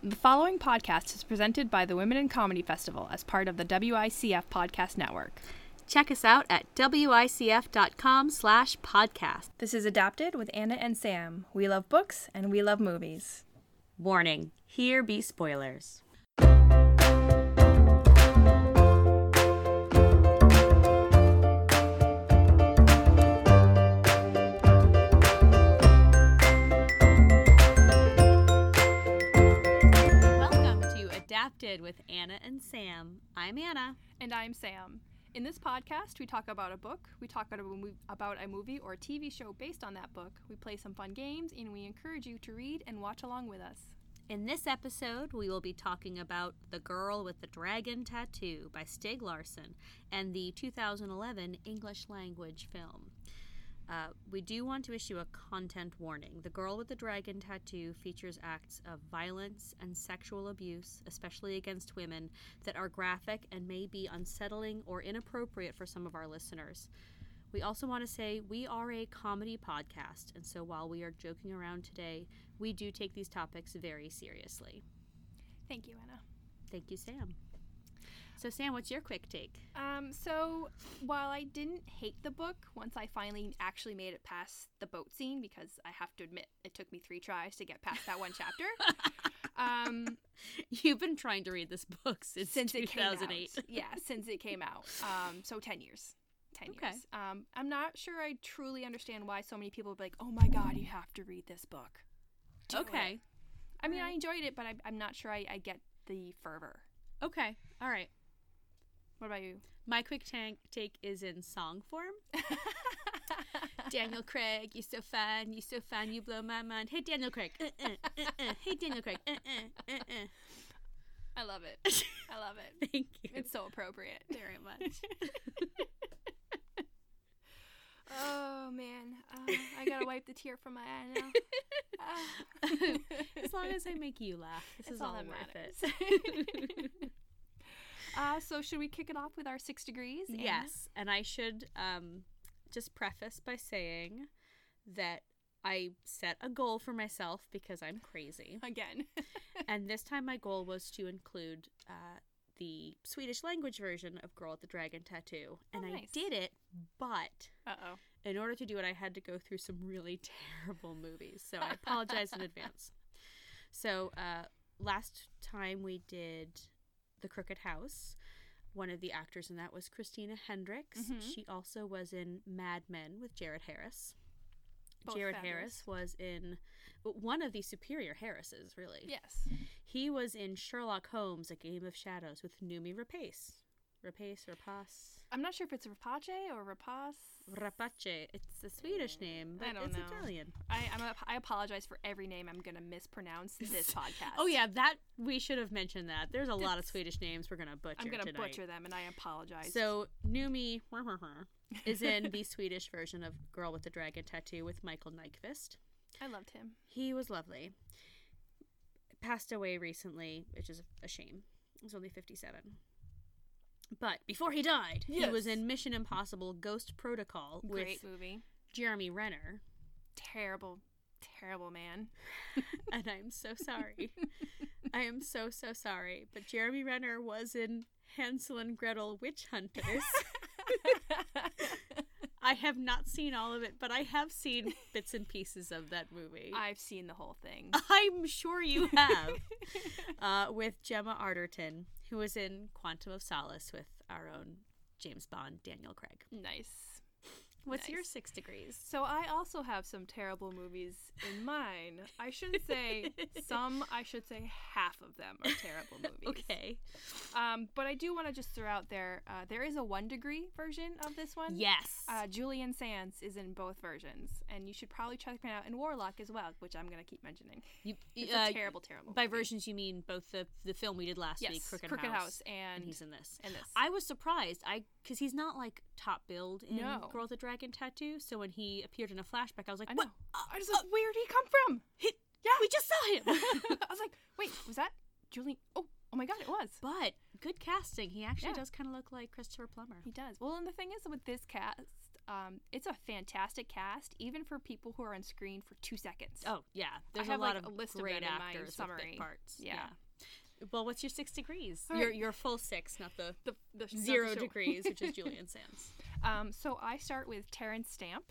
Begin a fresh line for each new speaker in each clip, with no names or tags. The following podcast is presented by the Women in Comedy Festival as part of the WICF Podcast Network.
Check us out at wicf.com slash podcast.
This is adapted with Anna and Sam. We love books and we love movies.
Warning, here be spoilers. Welcome to Adapted with Anna and Sam. I'm Anna.
And I'm Sam. In this podcast, we talk about a book, we talk about a, mo- about a movie or TV show based on that book, we play some fun games, and we encourage you to read and watch along with us.
In this episode, we will be talking about The Girl with the Dragon Tattoo by Stig Larsson and the 2011 English language film. Uh, we do want to issue a content warning. The Girl with the Dragon Tattoo features acts of violence and sexual abuse, especially against women, that are graphic and may be unsettling or inappropriate for some of our listeners. We also want to say we are a comedy podcast, and so while we are joking around today, we do take these topics very seriously.
Thank you, Anna.
Thank you, Sam. So, Sam, what's your quick take?
Um, so while I didn't hate the book, once I finally actually made it past the boat scene, because I have to admit it took me three tries to get past that one chapter. um,
You've been trying to read this book since,
since it came out,
2008.
yeah, since it came out. Um, so ten years. Ten
Okay.
years. Um, I'm not sure I truly understand why so many people would be like, "Oh my god, you have to read this book." Do it."
Okay.
I mean, I enjoyed it, but I, I'm not sure I, I get the fervor.
Okay. All right.
What about you?
My quick tank take is in song form. Daniel Craig, you so fine, you so fine, you blow my mind. Hey Daniel Craig, uh, uh, uh, uh. hey Daniel Craig, uh, uh, uh, uh.
I love it. I love it.
thank you
It's so appropriate.
very much.
Oh man, uh, I gotta wipe the tear from my eye now. Ah.
as long as I make you laugh, this
That's
is
all
all,
that
worth
matters.
it.
uh, so should we kick it off with our six degrees? Anna?
Yes, and I should um, just preface by saying that I set a goal for myself because I'm crazy,
Again.
and this time my goal was to include uh, the Swedish language version of "Girl with the Dragon Tattoo," and
Oh,
I
nice.
did it. But
uh oh.
in order to do it, I had to go through some really terrible movies, so I apologize in advance. So uh, last time we did The Crooked House. One of the actors in that was Christina Hendricks.
Mhm.
She also was in Mad Men with Jared Harris.
Both
Jared
fabulous.
Harris was in one of the superior Harrises, really.
Yes.
He was in Sherlock Holmes: A Game of Shadows with Numi Rapace. Rapace, Rapace,
I'm not sure if it's Rapace or Rapace.
Rapace. It's a Swedish name, but
I don't
it's
know.
Italian.
I I'm a, I apologize for every name I'm gonna mispronounce this podcast.
Oh yeah, that we should have mentioned that. There's a lot of
That's-
Swedish names we're gonna butcher.
I'm gonna
tonight.
butcher them, and I apologize.
So Numi is in the Swedish version of Girl with the Dragon Tattoo with Michael Nyqvist.
I loved him.
He was lovely. Passed away recently, which is a shame. He was only 57. But before he died, he was
Yes.
in Mission Impossible Ghost Protocol
Great
with
movie.
Jeremy Renner.
Terrible, terrible man.
and I'm so sorry. I am so, so sorry. But Jeremy Renner was in Hansel and Gretel Witch Hunters. I have not seen all of it, but I have seen bits and pieces of that movie.
I've seen the whole thing.
I'm sure you have. uh, with Gemma Arterton, who was in Quantum of Solace with our own James Bond, Daniel Craig.
Nice.
What's your
Nice.
six degrees?
So I also have some terrible movies in mine. I shouldn't say some, I should say half of them are terrible movies.
Okay.
Um, but I do want to just throw out there uh, there is a one degree version of this one.
Yes.
Uh, Julian Sands is in both versions, and you should probably check him out in Warlock as well, which I'm going to keep mentioning.
you,
It's
uh,
a terrible, terrible.
By
movie.
versions, you mean both the the film we did last
yes,
week, Crooked, House,
House, and
and he's in this.
and this.
I was surprised, I because he's not like top billed in
No.
Girl with the Dragon Tattoo. So when he appeared in a flashback, I was like,
I know.
"What? Uh,
I was like, where did he come from?
Yeah, we just saw him."
I was like, wait, was that Julian? Oh, oh my God, it was.
but good casting. He actually
Yeah.
does kind of look like Christopher Plummer.
He does. Well, and the thing is with this cast, um, it's a fantastic cast, even for people who are on screen for two seconds.
Oh yeah, there's
have,
a lot
like,
of
a list of
great
them in my
actors with
summary.
big parts.
Yeah.
Well, what's your six degrees?
All
Your
right.
your full six, not the
The, the not the
zero
show.
degrees, which is Julian Sands.
Um, so I start with Terrence Stamp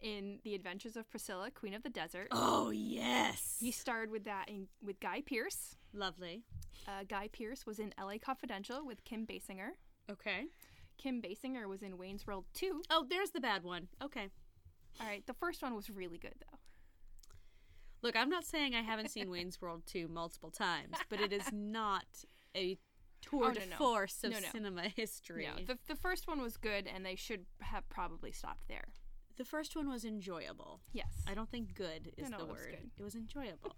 in The Adventures of Priscilla, Queen of the Desert.
Oh yes,
He starred with that in, with Guy Pearce.
lovely.
Uh, Guy Pearce was in L.A. Confidential with Kim Basinger.
Okay.
Kim Basinger was in Wayne's World 2.
Oh, there's the bad one. Okay.
All right, the first one was really good though.
Look, I'm not saying I haven't seen Wayne's World 2 multiple times, but it is not a tour
Oh,
de
no, no.
force of
No, no.
cinema history.
No,
the,
the, the first one was good, and they should have probably stopped there.
the first one was enjoyable.
Yes.
I don't think good is
No, no,
the
it was
word.
good.
It was enjoyable.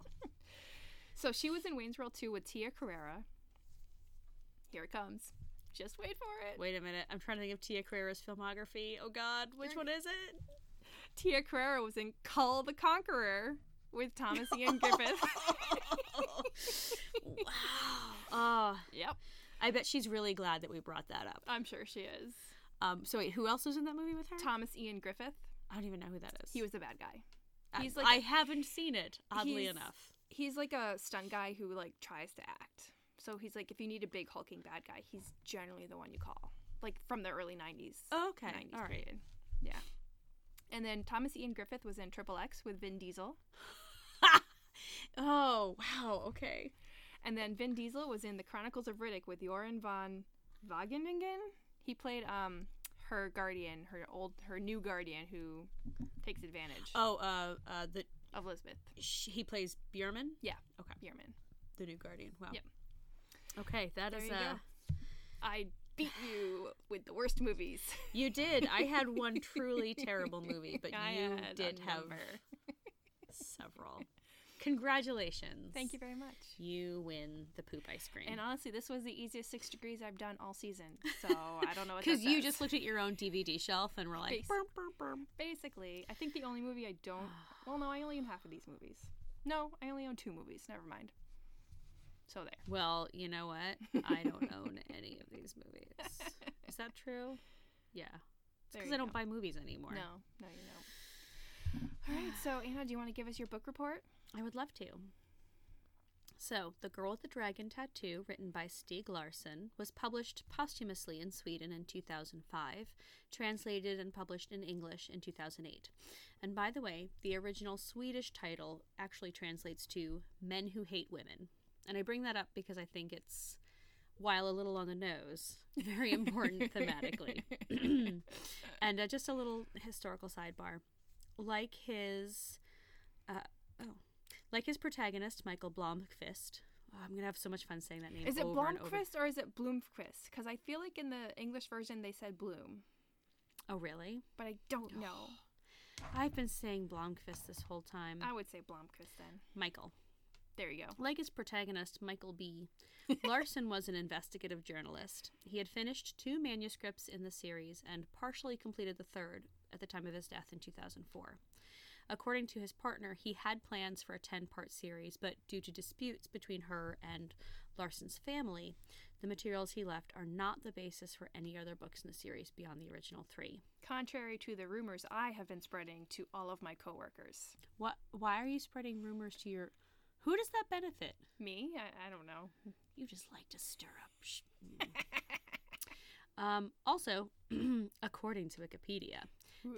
So she was in Wayne's World 2 with Tia Carrera. Here it comes. Just wait for it.
Wait a minute. I'm trying to think of Tia Carrera's filmography. Oh, God. Which
You're-
one is it?
Tia Carrera was in Call the Conqueror with Thomas Ian Griffith.
wow. Oh,
yep,
I bet she's really glad that we brought that up.
I'm sure she is.
Um, so, wait, who else was in that movie with her?
Thomas Ian Griffith.
I don't even know who that is.
He was the bad guy.
I-
he's like
I
a-
haven't seen it, oddly
he's-
enough.
He's like a stunt guy who like tries to act. So he's like, if you need a big hulking bad guy, he's generally the one you call. Like from the early '90s.
Okay.
90s
All right.
period. Yeah. And then Thomas Ian Griffith was in Triple X with Vin Diesel.
Oh, wow. Okay.
And then Vin Diesel was in The Chronicles of Riddick with Joran von Wageningen. He played um her guardian, her old her new guardian who takes advantage
Oh, uh, uh, the
of Lisbeth
sh- he plays Bierman,
Bierman.
the new guardian. Wow.
Yep.
Okay, that
There
is
you
uh,
go. I beat you with the worst movies.
you did. I had one truly terrible movie, but
I
you
had a
did have
number.
several. Congratulations.
Thank you very much.
You win the poop ice cream.
And honestly, this was the easiest six degrees I've done all season. So I don't know what that
because you
says.
just looked at your own DVD shelf and were like,
Base.
"Burm, burm, burm."
basically. I think the only movie I don't well, no, I only own half of these movies. No, I only own two movies. Never mind. So there.
"Well, you know what? I don't own any of these movies. Is that true? Yeah,
There
because
you
I don't
go.
buy movies anymore.
No, no, you don't. All right, so Anna, do you want to give us your book report?
I would love to. So, The Girl with the Dragon Tattoo, written by Stieg Larsson, was published posthumously in Sweden in 2005, translated and published in English in 2008. And by the way, the original Swedish title actually translates to Men Who Hate Women. And I bring that up because I think it's, while a little on the nose, very important thematically. and uh, just a little historical sidebar. Like his uh, oh, like his protagonist, Michael Blomqvist. Oh, I'm gonna have so much fun saying that name.
Is it
over and over.
Blomqvist or is it Bloomquist? Because I feel like in the English version they said Bloom,
Oh, really?
but I don't know.
I've been saying Blomqvist this whole time.
I would say Blomquist then.
Michael.
There you go.
Like his protagonist, Michael B., Larson was an investigative journalist. He had finished two manuscripts in the series and partially completed the third at the time of his death in 2004. According to his partner, he had plans for a 10 part series, but due to disputes between her and Larson's family, the materials he left are not the basis for any other books in the series beyond the original three.
Contrary to the rumors I have been spreading to all of my coworkers,
What, why are you spreading rumors to your. Who does that benefit?
me, I, I don't know.
You just like to stir up. sh- um, also, according to Wikipedia,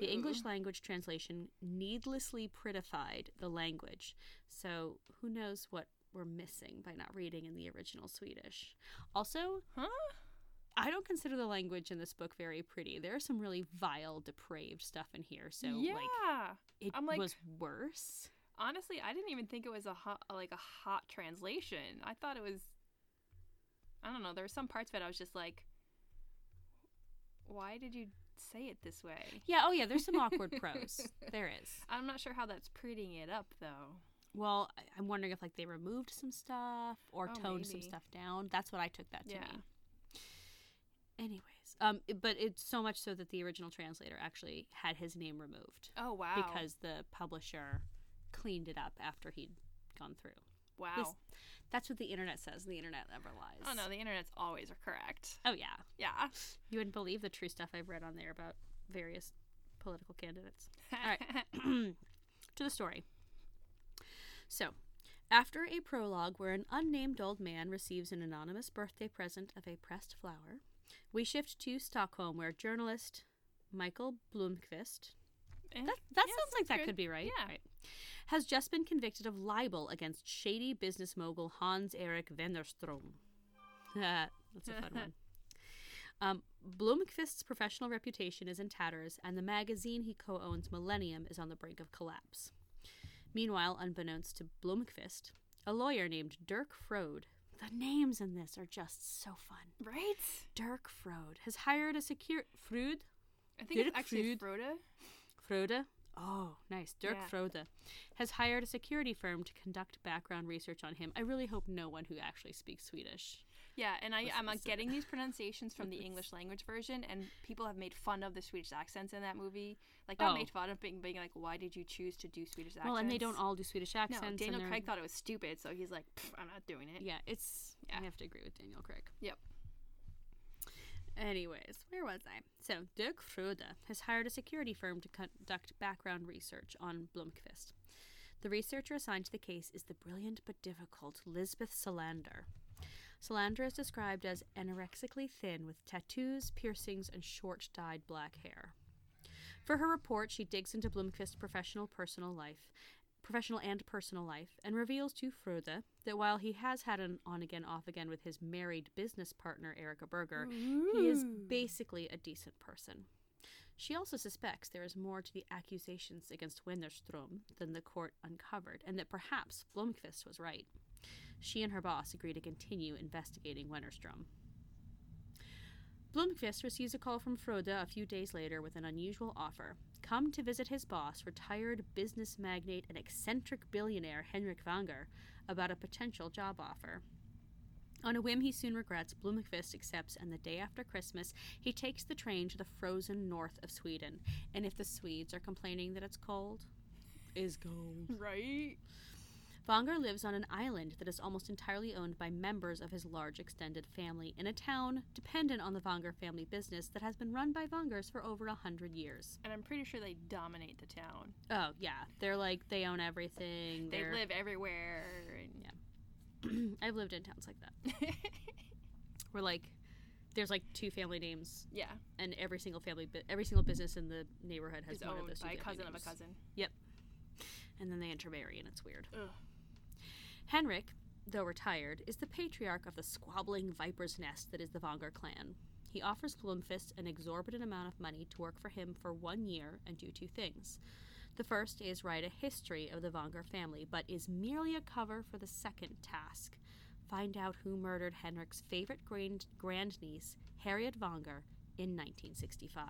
the English language translation needlessly prettified the language. So who knows what we're missing by not reading in the original Swedish. Also,
Huh?
I don't consider the language in this book very pretty. There is some really vile, depraved stuff in here. So
yeah.
like it
I'm like-
was worse.
Honestly, I didn't even think it was a hot, like a hot translation. I thought it was. I don't know. There were some parts of it I was just like, why did you say it this way?
Yeah, oh yeah, there's some awkward prose. There is.
I'm not sure how that's prettying it up though.
Well, I- I'm wondering if like they removed some stuff or
Oh,
toned some
maybe.
stuff down. That's what I took that to
Yeah.
mean. Anyways, um, it- but it's so much so that the original translator actually had his name removed
Oh wow!
because the publisher cleaned it up after he'd gone through.
wow.
This- That's what the internet says. and The internet never lies.
Oh no, the internet's always correct.
Oh yeah,
Yeah.
you wouldn't believe the true stuff I've read on there about various political candidates. right. to the story. So, After a prologue where an unnamed old man receives an anonymous birthday present of a pressed flower, we shift to Stockholm where journalist Michael Blomqvist
Eh,
that, that
yeah,
sounds like that
good.
could be right.
Yeah.
Right. Has just been convicted of libel against shady business mogul Hans Erik Wennerstrom. That's a fun one. Um, Blomqvist's professional reputation is in tatters, and the magazine he co owns, Millennium, is on the brink of collapse. Meanwhile, unbeknownst to Blomqvist, a lawyer named Dirk Frode. The names in this are just so fun.
Right?
Dirk Frode has hired a secure. Frode?
I think
Dirk
it's actually
Frud.
Froda.
Frode? Oh, nice. Dirk
Yeah.
Frode has hired a security firm to conduct background research on him. I really hope no one who actually speaks Swedish.
Yeah, and I,
Let's
I'm uh,
listen.
getting these pronunciations from the English language version, and people have made fun of the Swedish accents in that movie. Like, not
Oh.
made fun of being, being like, why did you choose to do Swedish accents?
Well, and they don't all do Swedish
No,
accents. and
Daniel
they're-
Craig thought it was stupid, so he's like, "Pff, I'm not doing it.
Yeah, it's.
Yeah.
I have to agree with Daniel Craig.
Yep.
Anyways, where was I? So, Dirk Frode has hired a security firm to conduct background research on Blomqvist. The researcher assigned to the case is the brilliant but difficult Lisbeth Salander. Salander is described as anorexically thin with tattoos, piercings, and short dyed black hair. For her report, she digs into Blomqvist's professional personal life, professional and personal life, and reveals to Frode that while he has had an on again off again with his married business partner Erica Berger, he is basically a decent person. She also suspects there is more to the accusations against Wennerstrom than the court uncovered, and that perhaps Blomqvist was right. She and her boss agree to continue investigating Wennerstrom. Blomqvist receives a call from Frode a few days later with an unusual offer. Come to visit his boss, retired business magnate and eccentric billionaire Henrik Vanger, about a potential job offer. On a whim he soon regrets, Blomqvist accepts, and the day after Christmas, he takes the train to the frozen north of Sweden. And if the Swedes are complaining that it's cold, is cold.
Right?
Vanger lives on an island that is almost entirely owned by members of his large extended family in a town dependent on the Vanger family business that has been run by Vangers for over a hundred years.
And I'm pretty sure they dominate the town.
Oh yeah, they're like they own everything.
They
they're-
live everywhere. And...
I've lived in towns like that
Yeah.
where like there's like two family names
yeah.
and every single family, bu- every single business in the neighborhood has
Is
one of
owned
those two
by a
family
cousin of a
names.
cousin.
And then they intermarry, and it's weird.
Ugh.
Henrik, though retired, is the patriarch of the squabbling viper's nest that is the Vonger clan. He offers Blomfist an exorbitant amount of money to work for him for one year and do two things. The first is write a history of the Vonger family, but is merely a cover for the second task find out who murdered Henrik's favorite grand- grandniece, Harriet Vonger, in 1965.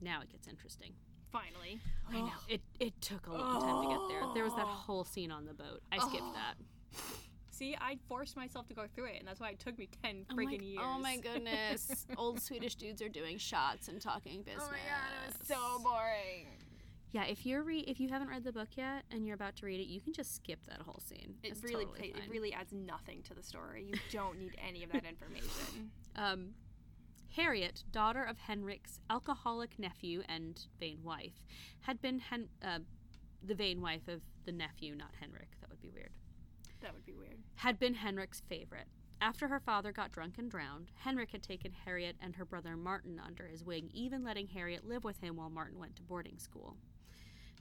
Now it gets interesting.
Finally.
I know. Oh. It, it took a long time to get there. There was that whole scene on the boat. I skipped that.
See, I forced myself to go through it, and that's why it took me 10
I'm
freaking
like,
years.
Oh my goodness. Old Swedish dudes are doing shots and talking business.
boring.
Yeah, if you're re- if you haven't read the book yet and you're about to read it, you can just skip that whole scene.
It
It's
really
totally
pla-
fine.
it really adds nothing to the story. You don't need any of that information.
um Harriet, daughter of Henrik's alcoholic nephew and vain wife, had been Hen- uh, the vain wife of the nephew, not Henrik. That would be weird.
that would be weird.
had been Henrik's favorite. After her father got drunk and drowned, Henrik had taken Harriet and her brother Martin under his wing, even letting Harriet live with him while Martin went to boarding school.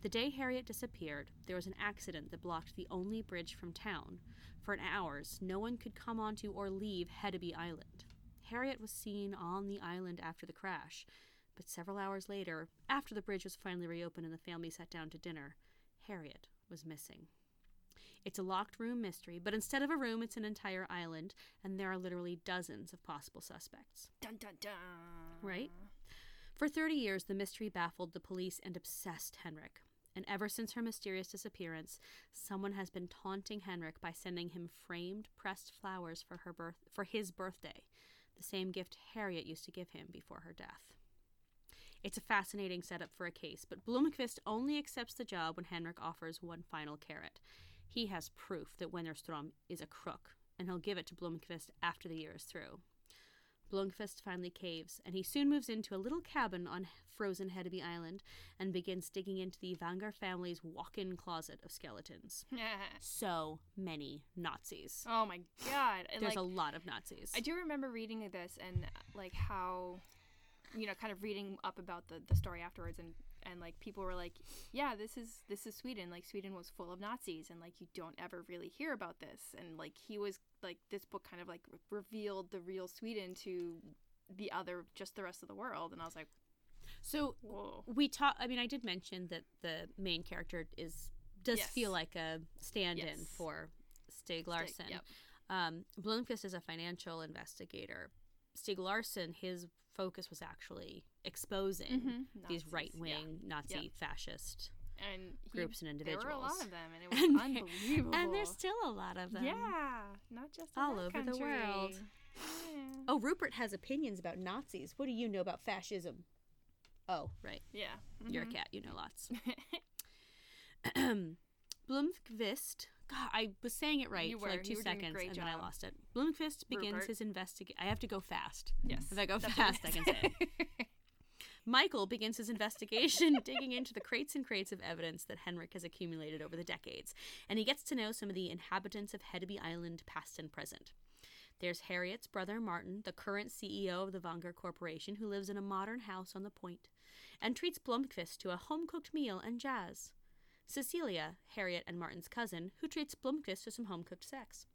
The day Harriet disappeared, there was an accident that blocked the only bridge from town. For an hours, no one could come onto or leave Hedeby Island. Harriet was seen on the island after the crash, but several hours later, after the bridge was finally reopened and the family sat down to dinner, Harriet was missing. It's a locked room mystery, but instead of a room, it's an entire island, and there are literally dozens of possible suspects.
Dun dun dun.
Right? For 30 years, the mystery baffled the police and obsessed Henrik. And ever since her mysterious disappearance, someone has been taunting Henrik by sending him framed pressed flowers for her birth for his birthday, the same gift Harriet used to give him before her death. It's a fascinating setup for a case, but Blomqvist only accepts the job when Henrik offers one final carrot. He has proof that Wennerstrom is a crook, and he'll give it to Blomqvist after the year is through. Blomqvist finally caves, and he soon moves into a little cabin on frozen Hedeby Island and begins digging into the Vangar family's walk in closet of skeletons. So many Nazis.
oh my god. And,
There's
like,
a lot of Nazis.
I do remember reading this and uh, like how, you know, kind of reading up about the, the story afterwards and and like people were like, yeah, this is this is Sweden. Like Sweden was full of Nazis and like you don't ever really hear about this. And like he was like this book kind of like re- revealed the real Sweden to the other just the rest of the world. And I was like,
so
whoa.
we talk i mean i did mention that the main character is does
Yes.
feel like a stand-in
Yes.
for stig larson
yep.
um, bloomquist is a financial investigator stig larson his focus was actually exposing
Mhm. Nazis,
these
yeah.
right-wing nazi
Yep.
fascist
And he,
groups and
there
individuals
were a lot of them, and it
And
was
there- and
unbelievable.
and there's still a lot of them
Oh. yeah, not just in
all
that
over the world.
country. Yeah.
oh rupert has opinions about nazis what do you know about fascism oh right
Yeah.
You're a
mhm.
cat. You know lots. Blomqvist. God, I was saying it right
You
for
were.
like two
You were doing a
seconds,
great
and then I
job.
lost it. Blomqvist begins
Rupert.
his investigation. I have to go fast.
Yes.
If I go
that's
fast, I
what
can
it
say it.
is.
Michael begins his investigation, digging into the crates and crates of evidence that Henrik has accumulated over the decades, and he gets to know some of the inhabitants of Hedeby Island, past and present. There's Harriet's brother Martin, the current CEO of the Vanguard Corporation, who lives in a modern house on the point, and treats Blomqvist to a home cooked meal and jazz. Cecilia, Harriet and Martin's cousin, who treats Blomqvist to some home cooked sex.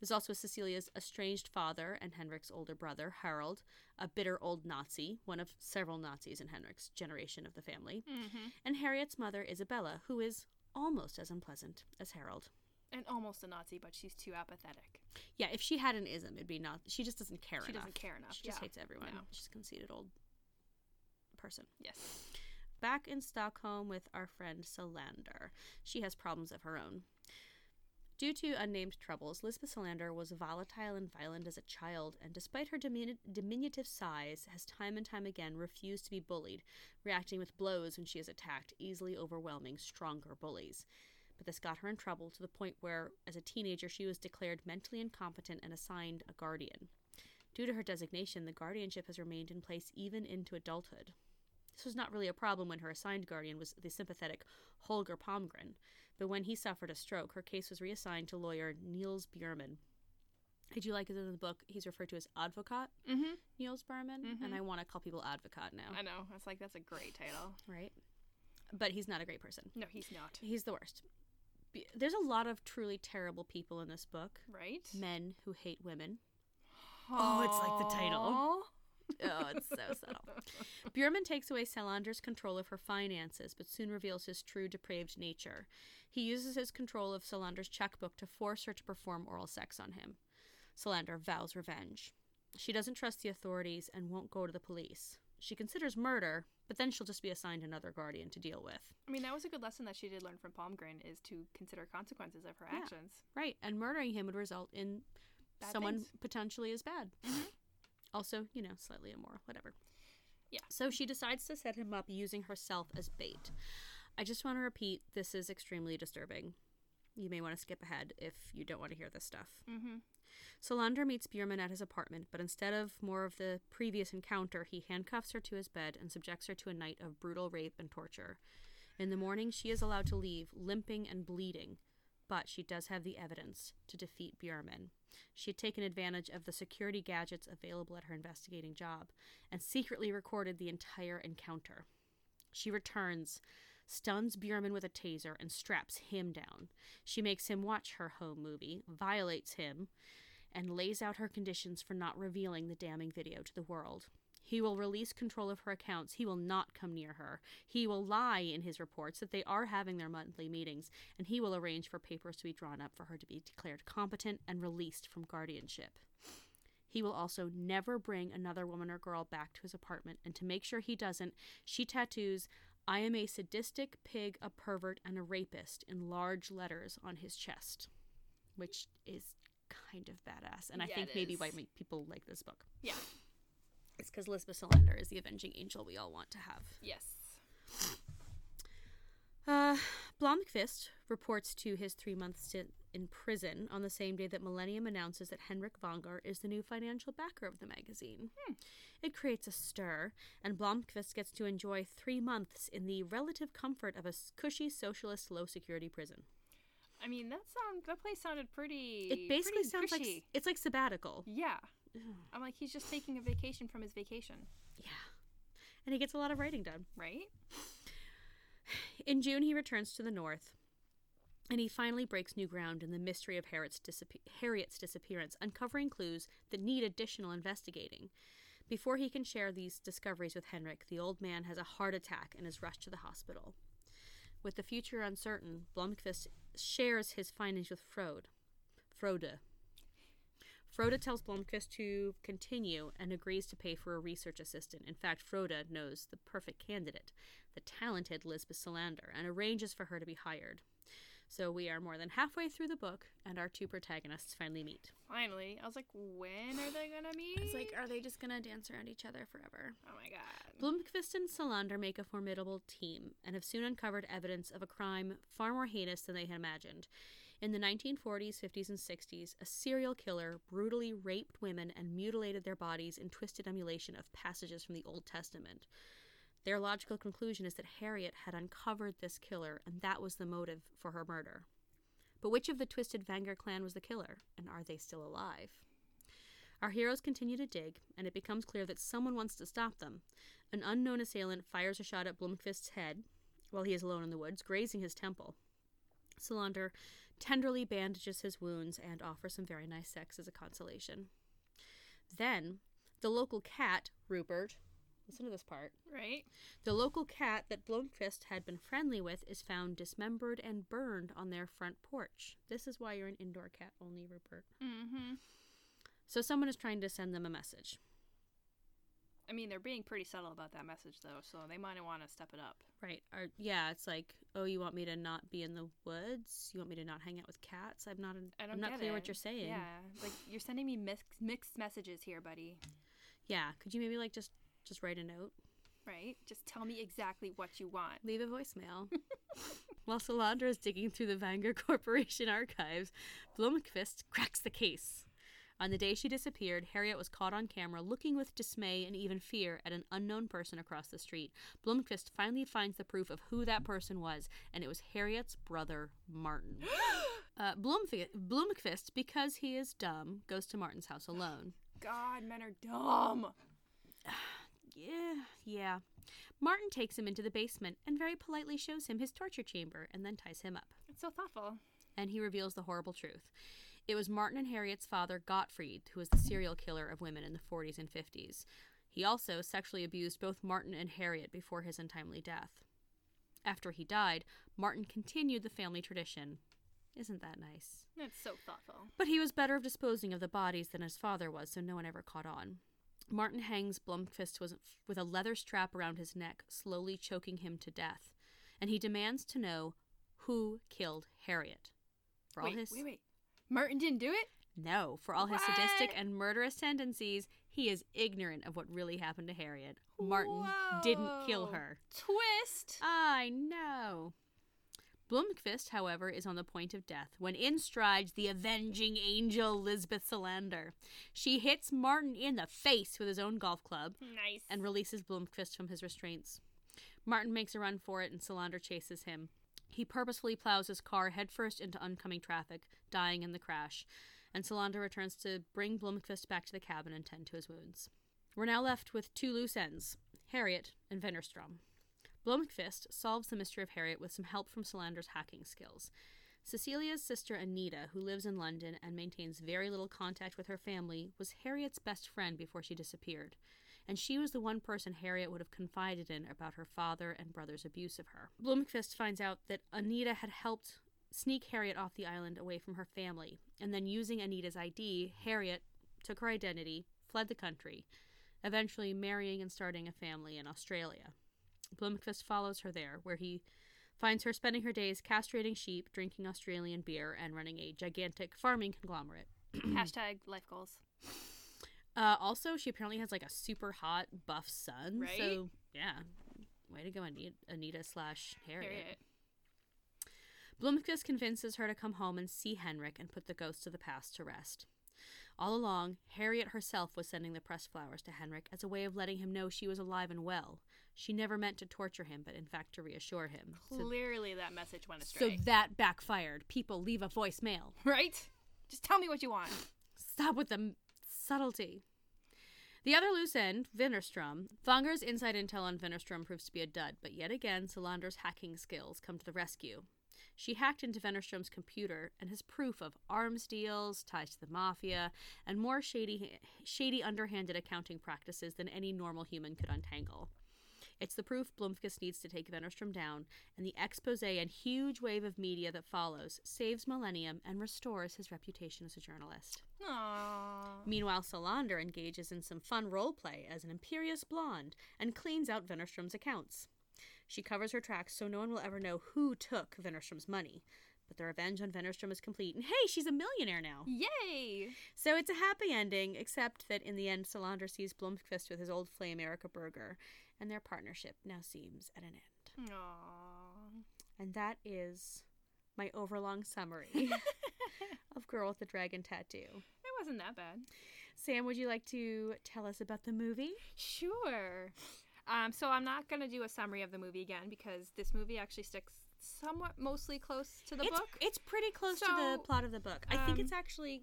There's also Cecilia's estranged father and Henrik's older brother, Harold, a bitter old Nazi, one of several Nazis in Henrik's generation of the family,
Mm-hmm.
and Harriet's mother, Isabella, who is almost as unpleasant as Harold.
and almost a Nazi, but she's too apathetic.
Yeah, if she had an ism, it'd be not. She just doesn't care
She
enough.
doesn't care enough,
She just
yeah.
hates everyone.
No.
She's a conceited old person.
Yes.
back in Stockholm with our friend Solander. She has problems of her own. Due to unnamed troubles, Lisbeth Solander was volatile and violent as a child, and despite her diminu- diminutive size, has time and time again refused to be bullied, reacting with blows when she is attacked, easily overwhelming stronger bullies. But this got her in trouble to the point where, as a teenager, she was declared mentally incompetent and assigned a guardian. Due to her designation, the guardianship has remained in place even into adulthood. This was not really a problem when her assigned guardian was the sympathetic Holger Palmgren, but when he suffered a stroke, her case was reassigned to lawyer Niels Bierman. I do like that in the book he's referred to as Advocat
Mm-hmm.
Niels Bierman, and
Mhm.
I want to call people Advocat now,
I know. It's like that's a great title.
right? But he's not a great person.
No, he's not.
He's the worst. B- There's a lot of truly terrible people in this book.
Right?
Men who hate women. Oh, it's like the title.
Aw.
Oh, it's so subtle. Bierman takes away Salander's control of her finances, but soon reveals his true depraved nature. He uses his control of Salander's checkbook to force her to perform oral sex on him. Salander vows revenge. She doesn't trust the authorities and won't go to the police. She considers murder, but then she'll just be assigned another guardian to deal with.
I mean, that was a good lesson that she did learn from Palmgren is to consider consequences of her
Yeah.
actions.
Right, and murdering him would result in
Bad
someone
things. Mm-hmm.
potentially as bad. Also, you know, slightly immoral, whatever.
Yeah.
So she decides to set him up using herself as bait. I just want to repeat this is extremely disturbing. You may want to skip ahead if you don't want to hear this stuff.
Mm-hmm.
Solander meets Bierman at his apartment, but instead of more of the previous encounter, he handcuffs her to his bed and subjects her to a night of brutal rape and torture. In the morning, she is allowed to leave, limping and bleeding, but she does have the evidence to defeat Bierman. She had taken advantage of the security gadgets available at her investigating job and secretly recorded the entire encounter. She returns, stuns Bierman with a taser, and straps him down. She makes him watch her home movie, violates him, and lays out her conditions for not revealing the damning video to the world. He will release control of her accounts. He will not come near her. He will lie in his reports that they are having their monthly meetings, and he will arrange for papers to be drawn up for her to be declared competent and released from guardianship. He will also never bring another woman or girl back to his apartment, and to make sure he doesn't, she tattoos, I am a sadistic pig, a pervert, and a rapist in large letters on his chest, which is kind of badass. And I
Yeah,
think
it
maybe
is.
why my- people like this book.
Yeah.
It's because Lisbeth Salander is the avenging angel we all want to have.
Yes.
Uh, Blomqvist reports to his three month stint in prison on the same day that Millennium announces that Henrik Vonger is the new financial backer of the magazine.
Hmm.
It creates a stir, and Blomqvist gets to enjoy three months in the relative comfort of a s- cushy socialist low security prison.
I mean, that sound that place sounded pretty.
It basically
pretty
sounds like s-
cushy.
it's like sabbatical.
Yeah. I'm like, he's just taking a vacation from his vacation,
Yeah. And he gets a lot of writing done.
right?
In June, he returns to the north, and he finally breaks new ground in the mystery of Harriet's, disappe- Harriet's disappearance, uncovering clues that need additional investigating. Before he can share these discoveries with Henrik, the old man has a heart attack and is rushed to the hospital. With the future uncertain, Blomqvist shares his findings with Frode. Frode. Frode tells Blomqvist to continue and agrees to pay for a research assistant. In fact, Frode knows the perfect candidate, the talented Lisbeth Salander, and arranges for her to be hired. So we are more than halfway through the book, and our two protagonists finally meet.
Finally, I was like, when are they gonna meet?
It's like, are they just gonna dance around each other forever?
oh my god.
Blomqvist and Salander make a formidable team and have soon uncovered evidence of a crime far more heinous than they had imagined. In the 1940s, 50s, and 60s, a serial killer brutally raped women and mutilated their bodies in twisted emulation of passages from the Old Testament. Their logical conclusion is that Harriet had uncovered this killer and that was the motive for her murder. But which of the twisted Vanger clan was the killer, and are they still alive? Our heroes continue to dig, and it becomes clear that someone wants to stop them. An unknown assailant fires a shot at Blomqvist's head while he is alone in the woods, grazing his temple. Solander tenderly bandages his wounds and offers some very nice sex as a consolation. Then, the local cat, Rupert, listen to this part.
Right?
The local cat that Blomqvist had been friendly with is found dismembered and burned on their front porch. This is why you're an indoor cat only, Rupert.
Mm-hmm.
So someone is trying to send them a message.
I mean, they're being pretty subtle about that message though, so they might want to step it up.
Right. Or yeah, it's like, oh, you want me to not be in the woods? You want me to not hang out with cats? I'm not.
I don't
I'm not
get
clear
it.
what you're saying.
Yeah, like you're sending me mixed mixed messages here, buddy.
Yeah. Could you maybe like just just write a note,
Right? Just tell me exactly what you want.
leave a voicemail. While Solandra is digging through the Vanger Corporation archives, Blomqvist cracks the case. On the day she disappeared, Harriet was caught on camera looking with dismay and even fear at an unknown person across the street. Blomqvist finally finds the proof of who that person was, and it was Harriet's brother, Martin. uh, Blomqvist, Blomqvist, because he is dumb, goes to Martin's house alone.
God, men are dumb.
Yeah, yeah. Martin takes him into the basement and very politely shows him his torture chamber and then ties him up.
It's so thoughtful.
and he reveals the horrible truth. It was Martin and Harriet's father, Gottfried, who was the serial killer of women in the 40s and 50s. He also sexually abused both Martin and Harriet before his untimely death. After he died, Martin continued the family tradition. Isn't that nice?
It's so thoughtful.
But he was better of disposing of the bodies than his father was, so no one ever caught on. Martin hangs Blomqvist was- with a leather strap around his neck, slowly choking him to death, and he demands to know who killed Harriet. For all
wait,
his
wait, wait. Martin didn't do it?
no, for all his sadistic
What?
and murderous tendencies, he is ignorant of what really happened to Harriet. Martin didn't kill
Whoa.
her.
Twist.
I know. Blomqvist, however, is on the point of death when in strides the avenging angel Lisbeth Salander. She hits Martin in the face with his own golf club
nice.
and releases Blomqvist from his restraints. Martin makes a run for it and Salander chases him. He purposefully plows his car headfirst into oncoming traffic, dying in the crash, and Salander returns to bring Blomqvist back to the cabin and tend to his wounds. We're now left with two loose ends Harriet and Vennerstrom. Blomqvist solves the mystery of Harriet with some help from Solander's hacking skills. Cecilia's sister Anita, who lives in London and maintains very little contact with her family, was Harriet's best friend before she disappeared, and she was the one person Harriet would have confided in about her father and brother's abuse of her. Blomqvist finds out that Anita had helped sneak Harriet off the island away from her family, and then using Anita's ID, Harriet took her identity, fled the country, eventually marrying and starting a family in Australia. Blomqvist follows her there, where he finds her spending her days castrating sheep, drinking Australian beer, and running a gigantic farming conglomerate.
Hashtag life goals.
Uh, also, she apparently has like a super hot buff son.
Right?
So yeah, way to go, Anita, Anita slash Harriet.
Harriet.
Blomkvist convinces her to come home and see Henrik and put the ghosts of the past to rest. All along, Harriet herself was sending the pressed flowers to Henrik as a way of letting him know she was alive and well. She never meant to torture him, but in fact to reassure him. So,
Clearly, that message went
so
astray.
that backfired. People leave a voicemail.
right? Just tell me what you want.
Stop with the m- subtlety. The other loose end, Vinnerstrom. Vanger's inside intel on Vinnerstrom proves to be a dud, but yet again, Solander's hacking skills come to the rescue. She hacked into Vinnerstrom's computer, and his proof of arms deals, ties to the mafia, and more shady, shady underhanded accounting practices than any normal human could untangle. It's the proof Blomkvist needs to take Vennerstrom down, and the expose and huge wave of media that follows saves Millennium and restores his reputation as a journalist.
Aww.
Meanwhile, Solander engages in some fun role play as an imperious blonde and cleans out Vennerstrom's accounts. She covers her tracks so no one will ever know who took Vennerstrom's money. But the revenge on Vennerstrom is complete, and hey, she's a millionaire now.
Yay!
So it's a happy ending, except that in the end, Solander sees Blomkvist with his old flame Erica Berger, and their partnership now seems at an end.
Aww.
And that is my overlong summary of Girl with the Dragon Tattoo.
It wasn't that bad.
Sam, would you like to tell us about the movie?
Sure. Um, so I'm not going to do a summary of the movie again because this movie actually sticks somewhat mostly close to the
it's,
book.
It's pretty close to the
So,
plot of the book. I think
um,
it's actually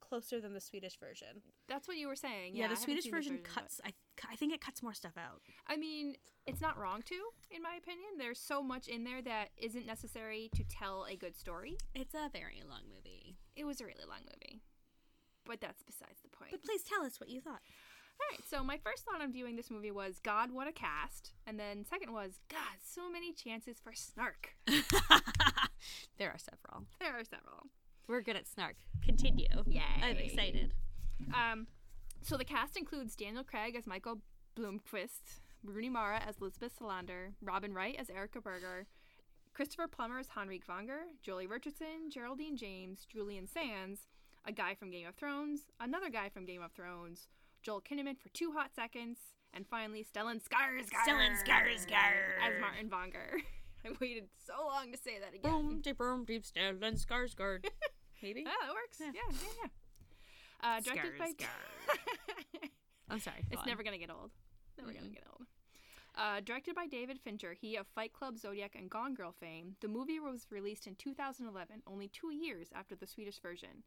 closer than the Swedish version.
That's what you were saying. Yeah,
Yeah,
I
the
haven't
Swedish
seen
version
but-
cuts. I I think it cuts more stuff out.
I mean, it's not wrong to, in my opinion. There's so much in there that isn't necessary to tell a good story.
It's a very long movie.
It was a really long movie. But that's besides the point.
But please tell us what you thought.
All right, so my first thought on viewing this movie was, God, what a cast. And then second was, God, so many chances for snark.
there are several.
There are several.
We're good at snark. Continue.
Yay.
I'm excited.
Um, so the cast includes Daniel Craig as Michael Bloomquist, Rooney Mara as Elizabeth Salander, Robin Wright as Erica Berger, Christopher Plummer as Henrik Vanger, Jolie Richardson, Geraldine James, Julian Sands, a guy from Game of Thrones, another guy from Game of Thrones, Joel Kinnaman for two hot seconds, and finally Stellan Skarsgård.
Stellan Skarsgård.
as Martin Vanger. I waited so long to say that again.
Boom, deep, boom, deep, Stellan Skarsgård. Maybe.
Ah, that works.
Yeah.
Yeah, yeah, yeah. Uh, directed by.
I'm sorry.
It's never gonna get old. Never gonna get old. Uh, directed by David Fincher, he of Fight Club, Zodiac, and Gone Girl fame, the movie was released in 2011, only two years after the Swedish version.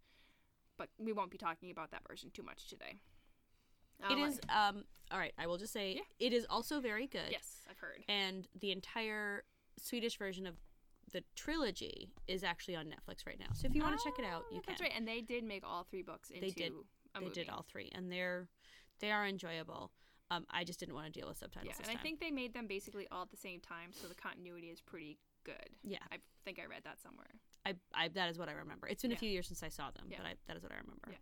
But we won't be talking about that version too much today.
It
Um,
is. Um. All right. I will just say
Yeah.
it is also very good.
Yes, I've heard.
and the entire Swedish version of the trilogy is actually on Netflix right now. So if you want to check it out,
Ah,
you
That's
can.
right, and they did make all three books into
They did.
a
they
movie.
did all three, and they're they are enjoyable. Um, I just didn't want to deal with subtitles.
Yeah,
this
and I
time.
think they made them basically all at the same time, so the continuity is pretty good.
yeah,
I think I read that somewhere.
I, I that is what I remember. It's been a
Yeah.
few years since I saw them,
Yeah.
but I, that is what I remember.
Yeah.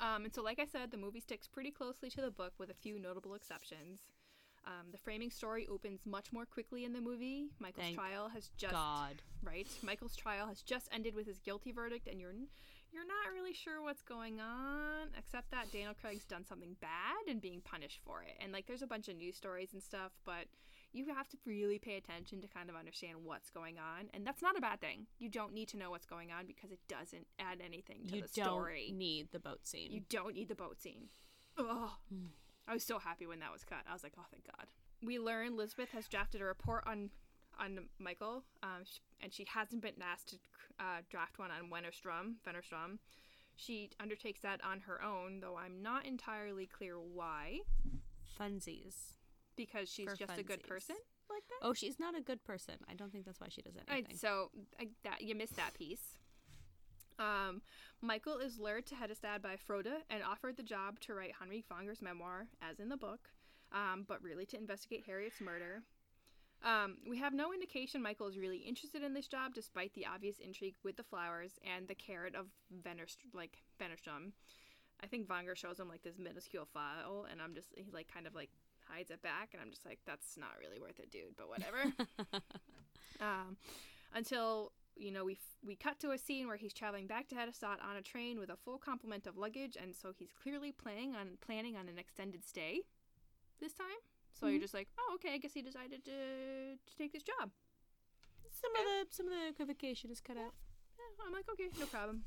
Um, and so, like I said, the movie sticks pretty closely to the book with a few notable exceptions. Um, the framing story opens much more quickly in the movie. Michael's
Thank
trial has just
God,
right. Michael's trial has just ended with his guilty verdict, and you're you're not really sure what's going on, except that Daniel Craig's done something bad and being punished for it. And like, there's a bunch of news stories and stuff, but you have to really pay attention to kind of understand what's going on, and that's not a bad thing. You don't need to know what's going on because it doesn't add anything to
you
the
don't
story.
need the boat scene.
You don't need the boat scene. Oh, I was so happy when that was cut. I was like, oh, thank God. We learn Elizabeth has drafted a report on on Michael, um, sh- and she hasn't been asked to uh, draft one on Wennerstrom. Wennerstrom. She undertakes that on her own, though I'm not entirely clear why,
Funsies.
because she's
For
just a good
funsies.
person like that.
Oh, she's not a good person. I don't think that's why she does
Right,
anything.
so I, that you missed that piece. Um, Michael is lured to Hedestad by Froda and offered the job to write Henrik Vanger's memoir, as in the book, um, but really to investigate Harriet's murder. Um, we have no indication Michael is really interested in this job, despite the obvious intrigue with the flowers and the carrot of Venerst- like Venerstrom. I think Vanger shows him like this minuscule file, and I'm just he like kind of like hides it back, and I'm just like that's not really worth it, dude. But whatever um, until you know we f- we cut to a scene where he's traveling back to Hedestad on a train with a full complement of luggage, and so he's clearly planning on planning on an extended stay this time. So you're just like, oh, okay, I guess he decided to, to take this job.
Some of the some of the equivocation is cut out.
Yeah, I'm like, okay, no problem.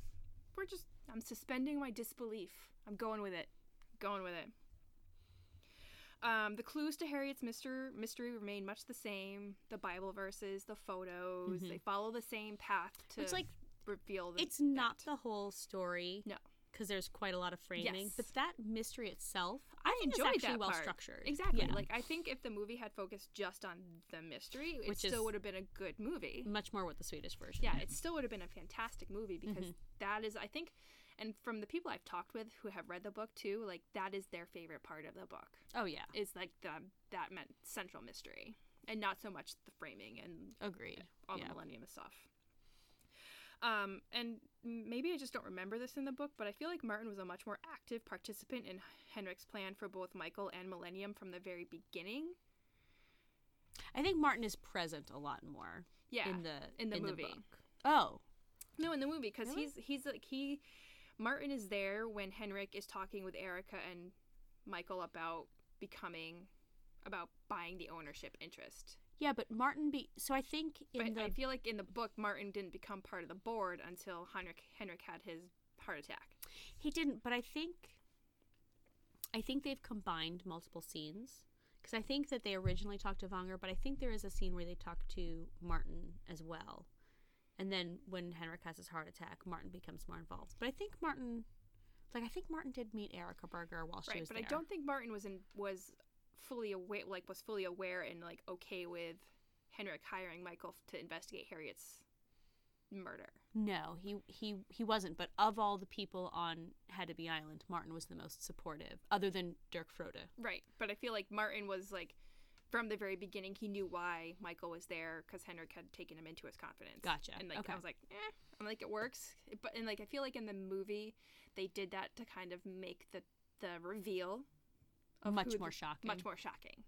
We're just, I'm suspending my disbelief. I'm going with it. Going with it. Um, the clues to Harriet's myster- mystery remain much the same. The Bible verses, the photos, they follow the same path to
Mm-hmm. Which like
reveal the
it's not the whole story.
No.
Because there's quite a lot of framing,
Yes.
but that mystery itself, I,
I
think is
enjoyed
actually
that
well
part.
structured.
Exactly.
Yeah.
Like I think if the movie had focused just on the mystery, it
Which
still
is-
would have been a good movie.
much more with the Swedish version.
Yeah, it still would have been a fantastic movie because that is I think and from the people I've talked with who have read the book too, like that is their favorite part of the book
Oh yeah,
is like the that meant central mystery and not so much the framing and
agreed.
all
yeah.
the millennium stuff. Um, and maybe I just don't remember this in the book, but I feel like Martin was a much more active participant in Henrik's plan for both Michael and Millennium from the very beginning.
I think Martin is present a lot more
Yeah,
in the
in the movie.
book. Oh,
no, in the movie because
Really?
he's he's like he Martin is there when Henrik is talking with Erica and Michael about becoming about buying the ownership interest.
yeah, but Martin be so I think in
But
the
I feel like in the book Martin didn't become part of the board until Henrik Henrik had his heart attack.
He didn't, but I think I think they've combined multiple scenes because I think that they originally talked to Vonger, but I think there is a scene where they talk to Martin as well. And then when Henrik has his heart attack, Martin becomes more involved. But I think Martin like I think Martin did meet Erica Berger while she
right,
was
but
there.
I don't think Martin was in was fully aware like was fully aware and like okay with Henrik hiring Michael to investigate Harriet's murder.
No, he he he wasn't, but of all the people on Had to Be Island, Martin was the most supportive other than Dirk Frode.
Right, but I feel like Martin was like from the very beginning he knew why Michael was there because Henrik had taken him into his confidence.
Gotcha,
And like
okay.
I was like, eh, I'm like it works, but and like I feel like in the movie they did that to kind of make the the reveal of
Much
who
more
the-
shocking.
much more shocking.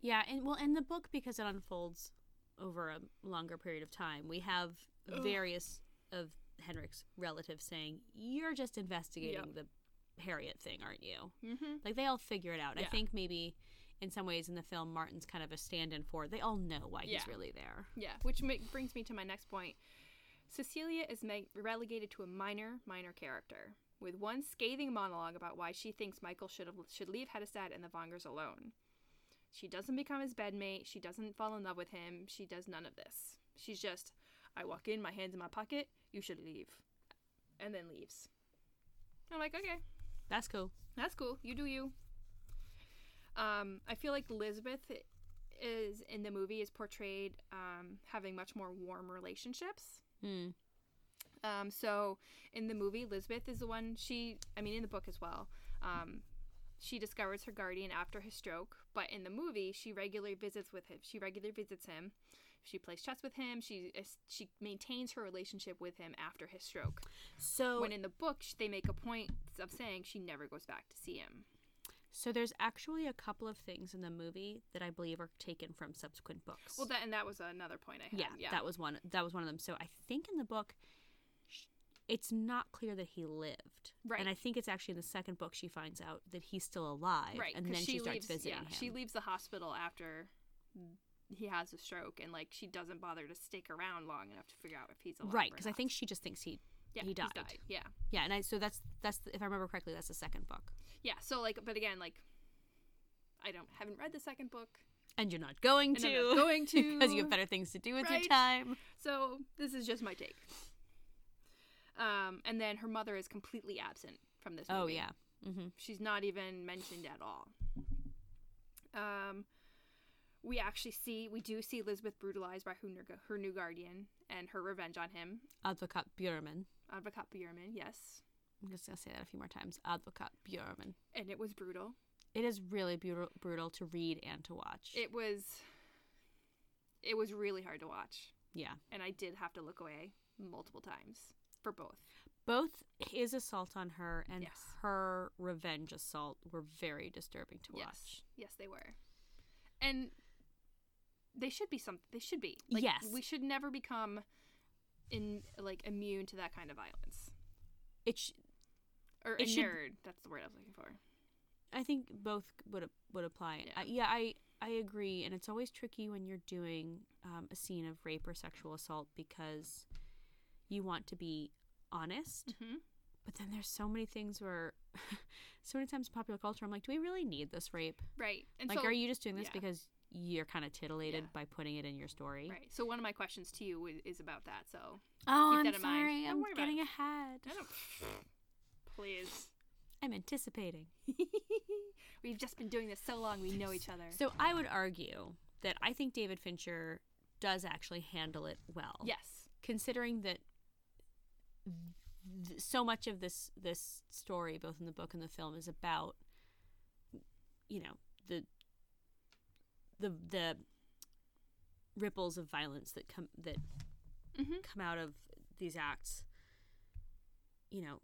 Yeah, and well, in the book because it unfolds over a longer period of time, we have various of Henrik's relatives saying, "You're just investigating the Harriet thing, aren't you?"
Mm-hmm.
Like they all figure it out. I
Yeah.
think maybe in some ways in the film, Martin's kind of a stand-in for. They all know why
Yeah.
he's really there.
Yeah, which ma- brings me to my next point. Cecilia is ma- relegated to a minor, minor character with one scathing monologue about why she thinks Michael should have, should leave Hedestad and the Vongers alone. She doesn't become his bedmate. She doesn't fall in love with him. She does none of this. She's just, I walk in, my hands in my pocket. You should leave, and then leaves. I'm like, okay,
That's cool.
that's cool. You do you. Um, I feel like Lisbeth is in the movie is portrayed um, having much more warm relationships.
Mm.
Um, so in the movie, Lisbeth is the one she. I mean, in the book as well. Um, she discovers her guardian after his stroke, but in the movie, she regularly visits with him. She regularly visits him. She plays chess with him. She she maintains her relationship with him after his stroke.
So
When in the book, sh- they make a point of saying she never goes back to see him.
so there's actually a couple of things in the movie that I believe are taken from subsequent books.
Well, that and that was another point I had.
yeah, that was one that was one of them so i think in the book sh- it's not clear that he lived
Right.
and i think it's actually in the second book she finds out that he's still alive
right.
and
'cause
then she, starts
leaves,
visiting
yeah,
him
She leaves the hospital after he has a stroke, and like she doesn't bother to stick around long enough to figure out if he's alive.
right
or
because i
not.
think she just thinks he
yeah,
he
he's
died.
Yeah,
yeah and i so that's that's the- if i remember correctly that's the second book
yeah. So like, but again, like, I don't haven't read the second book.
and you're not going
And
to
I'm not going to.
because you have better things to do with your
Right.
time
So this is just my take. Um, and then her mother is completely absent from this.
oh
movie.
yeah mm-hmm.
She's not even mentioned at all. Um, we actually see, we do see Elizabeth brutalized by her new, her new guardian and her revenge on him.
advocat björman
Advocat Bierman, yes.
i'm just going to say that a few more times advocat björman
And it was brutal.
it is really brutal, brutal to read and to watch
It was, it was really hard to watch.
yeah
And I did have to look away multiple times for both.
both his assault on her and
Yes.
her revenge assault were very disturbing to watch.
Yes. Yes, they were. And they should be something, they should be.
Yes.
We should never become in like immune to that kind of violence.
It sh-
or
It
a
should-
nerd. That's the word I was looking for.
I think both would ap- would apply.
Yeah.
Yeah, yeah I I agree, and it's always tricky when you're doing um, a scene of rape or sexual assault because you want to be honest,
Mm-hmm.
but then there's so many things where, so many times in popular culture, I'm like, do we really need this rape?
Right. And
like,
so,
are you just doing this
yeah.
because you're kind of titillated
Yeah.
by putting it in your story?
Right. So one of my questions to you i- is about that. So
Oh,
Keep
I'm
that in mind.
sorry,
Don't
I'm
worry about
getting
it.
ahead.
I don't- please,
I'm anticipating.
we've just been doing this so long. We know each other.
So I would argue that I think David Fincher does actually handle it well.
yes.
considering that th- so much of this this story both in the book and the film is about you know the the the ripples of violence that come that
Mhm.
come out of these acts you know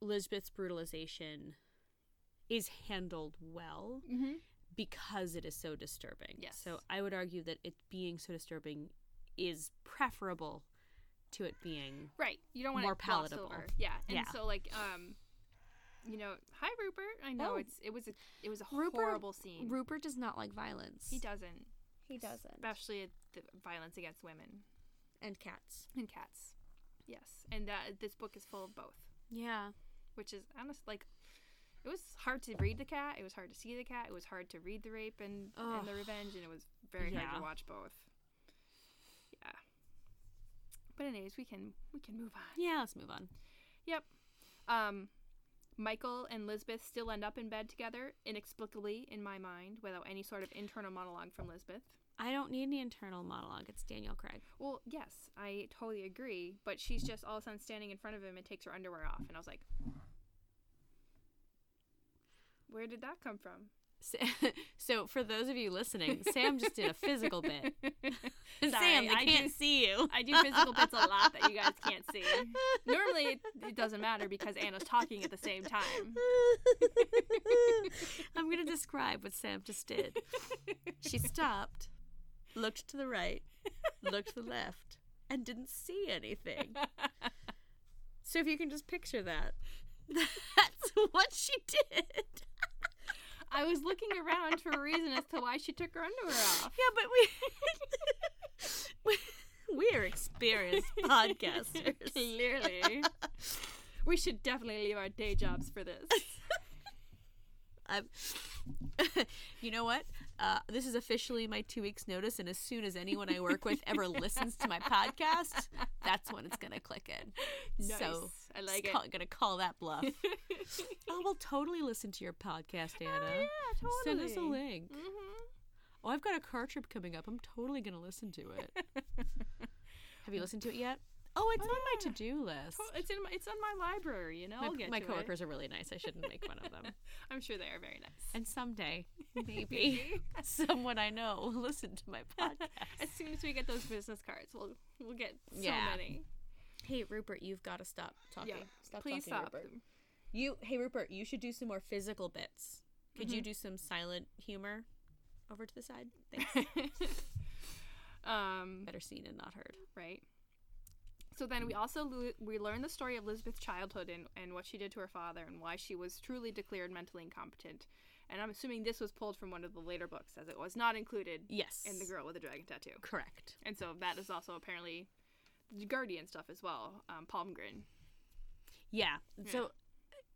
Lisbeth's brutalization is handled well
Mm-hmm.
because it is so disturbing.
Yes.
So I would argue that it being so disturbing is preferable to it being
Right. You don't want
More
it glossed
palatable.
Over. Yeah. And
Yeah.
so like um, you know, hi Rupert. I know
Oh.
it's it was a it was a
Rupert-
horrible scene.
Rupert does not like violence.
he doesn't,
He doesn't.
especially the violence against women
and cats.
and cats. Yes. And that this book is full of both,
Yeah.
which is honest like. It was hard to read the cat. It was hard to see the cat. It was hard to read the rape and, and the
Ugh.
revenge, and it was very hard
Yeah.
to watch both. Yeah. But anyways, we can we can move on.
Yeah, let's move on.
Yep. Um, Michael and Lisbeth still end up in bed together, inexplicably in my mind, without any sort of internal monologue from Lisbeth.
I don't need any internal monologue. It's Daniel Craig.
Well, yes, I totally agree, but she's just all of a sudden standing in front of him and takes her underwear off, and I was like, where did that come from?
So, so for those of you listening, Sam just did a physical bit. Sam,
Sorry,
they
I
can't
do-
see you.
I do physical bits a lot that you guys can't see. Normally, it, it doesn't matter because Anna's talking at the same time.
I'm going to describe what Sam just did. She stopped, looked to the right, looked to the left, and didn't see anything. So if you can just picture that, that's what she did.
I was looking around for a reason as to why she took her underwear off.
Yeah, but we. we we're experienced podcasters.
Clearly. we should definitely leave our day jobs for this.
I'm, you know what? Uh, this is officially my two weeks' notice, and as soon as anyone I work with ever listens to my podcast, that's when it's going to click in. So
Nice. I like it.
I'm going to call that bluff. oh, we'll totally listen to your podcast, Anna. Send us a link.
Mm-hmm.
Oh, I've got a car trip coming up. I'm totally going to listen to it. Have you listened to it yet? Oh, it's on my to do list.
It's in my, it's on my library, you know.
My,
I'll get
my
to it.
coworkers are really nice. I shouldn't make fun of them.
I'm sure they are very nice.
And someday, maybe someone I know will listen to my podcast.
As soon as we get those business cards, we'll we'll get so
Yeah.
many.
Hey Rupert, you've got to stop talking.
Yeah. Please stop.
You, hey Rupert, you should do some more physical bits. Could
Mm-hmm.
you do some silent humor over to the side? Thanks.
um,
Better seen and not heard.
right? So then we also lo- we learn the story of Elizabeth's childhood and, and what she did to her father and why she was truly declared mentally incompetent. And I'm assuming this was pulled from one of the later books as it was not included
Yes.
in The Girl with the Dragon Tattoo.
Correct.
And so that is also apparently Guardian stuff as well, um, Palmgren.
Yeah. So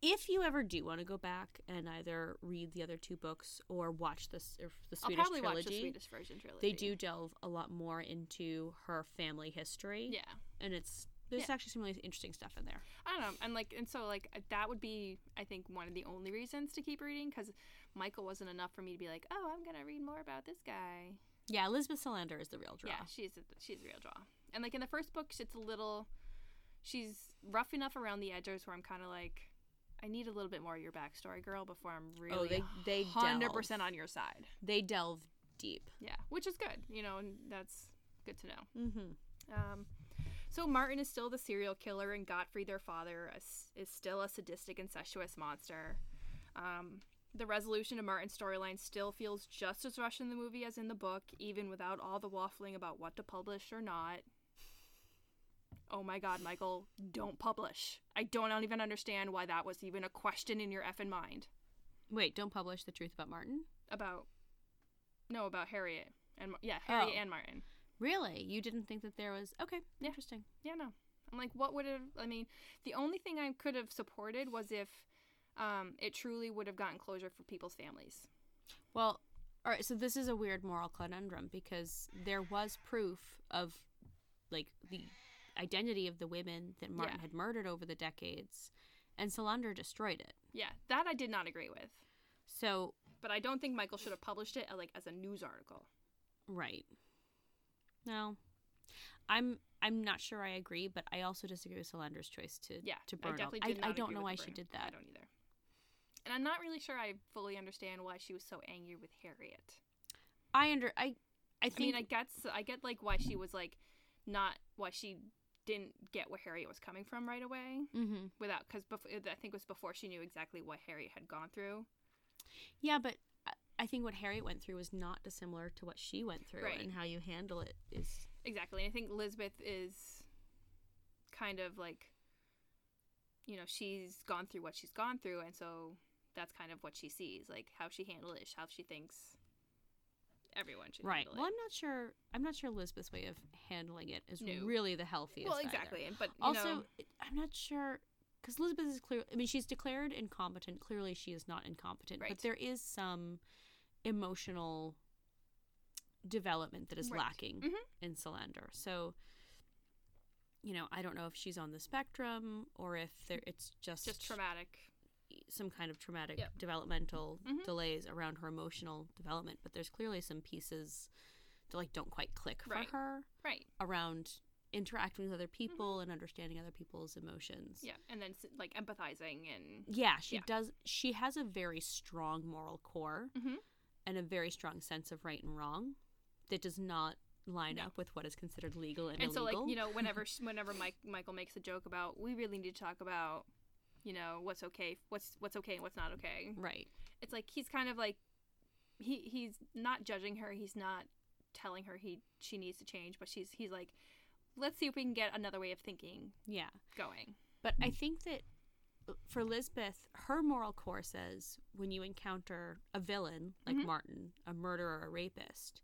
if you ever do want to go back and either read the other two books or watch this or the
I'll
Swedish
probably
trilogy,
watch the Swedish version trilogy.
they do delve a lot more into her family history.
Yeah.
and it's there's actually some really interesting stuff in there.
I don't know. And like, and so like uh, that would be, I think, one of the only reasons to keep reading because Michael wasn't enough for me to be like, oh, I'm gonna read more about this guy.
Yeah, Elizabeth Salander is the real draw.
Yeah, she's a, she's a real draw. And like in the first book, it's a little, she's rough enough around the edges where I'm kind of like, I need a little bit more of your backstory, girl, before I'm really
Oh, they- they
hundred percent on your side.
They delve deep.
Yeah, which is good, you know, and that's good to know.
Mm-hmm.
Um, so Martin is still the serial killer, and Godfrey, their father, is, is still a sadistic, incestuous monster. Um, the resolution of Martin's storyline still feels just as rushed in the movie as in the book, even without all the waffling about what to publish or not. Oh my God, Michael, don't publish. I don't even understand why that was even a question in your effing mind
Wait, don't publish the truth about Martin.
about No, about Harriet and Mar- yeah, Harriet
Oh.
and Martin.
Really? You didn't think that there was. Okay,
Yeah.
interesting.
Yeah, no. I'm like, what would have? I mean, the only thing I could have supported was if um, it truly would have gotten closure for people's families.
Well,
All right, so this is a weird moral conundrum because there was proof
of like the identity of the women that Martin
Yeah.
had murdered over the decades, and Solander destroyed it.
Yeah, that I did not agree with.
So,
But I don't think Michael should have published it uh, like as a news article.
right. No. I'm I'm not sure I agree, but I also disagree with Solander's choice to
Yeah, I
to burn. all-
definitely
I,
did not
I don't
agree
know
with
why
the
she
burn.
did
I
that.
don't either. And I'm not really sure I fully understand why she was so angry with Harriet.
I, under I I
I mean,
think
I get s- I get like why she was like not why she didn't get where Harriet was coming from right away
Mhm.
without because I think it was before she knew exactly what Harriet had gone through.
Yeah, but I- I think what Harriet went through was not dissimilar to what she went through,
Right.
and how you handle it is
Exactly. And I think Lisbeth is kind of like, you know, she's gone through what she's gone through. And so that's kind of what she sees, like how she handled it, how she thinks everyone should
right.
handle
Well,
it.
I'm not sure. I'm not sure Elizabeth's way of handling it is
No.
really the healthiest.
Well,
either.
exactly. And But you
Also,
know,
it- I'm not sure because Elizabeth is clear. I mean, she's declared incompetent. Clearly, she is not incompetent,
Right.
but there is some emotional development that is
Right.
lacking
Mhm.
in Solander. So, you know, I don't know if she's on the spectrum or if there it's just,
just traumatic.
some kind of traumatic
Yep.
developmental
Mhm.
delays around her emotional development. But there's clearly some pieces that like don't quite click
Right.
for her
Right.
around interacting with other people and understanding other people's emotions.
Yeah. And then s- like empathizing and.
Yeah, she
Yeah.
does. She has a very strong moral core
Mhm.
and a very strong sense of right and wrong that does not line
No.
up with what is considered legal and,
And so,
illegal.
like you know, whenever sh- whenever Mike Michael makes a joke about, we really need to talk about, you know, what's okay, what's what's okay and what's not okay.
right?
it's like he's kind of like he he's not judging her he's not telling her he she needs to change but she's he's like let's see if we can get another way of thinking
Yeah,
going
but
Hmm.
I think that uh, for Lisbeth, her moral core says when you encounter a villain like
Mhm.
Martin, a murderer, a rapist,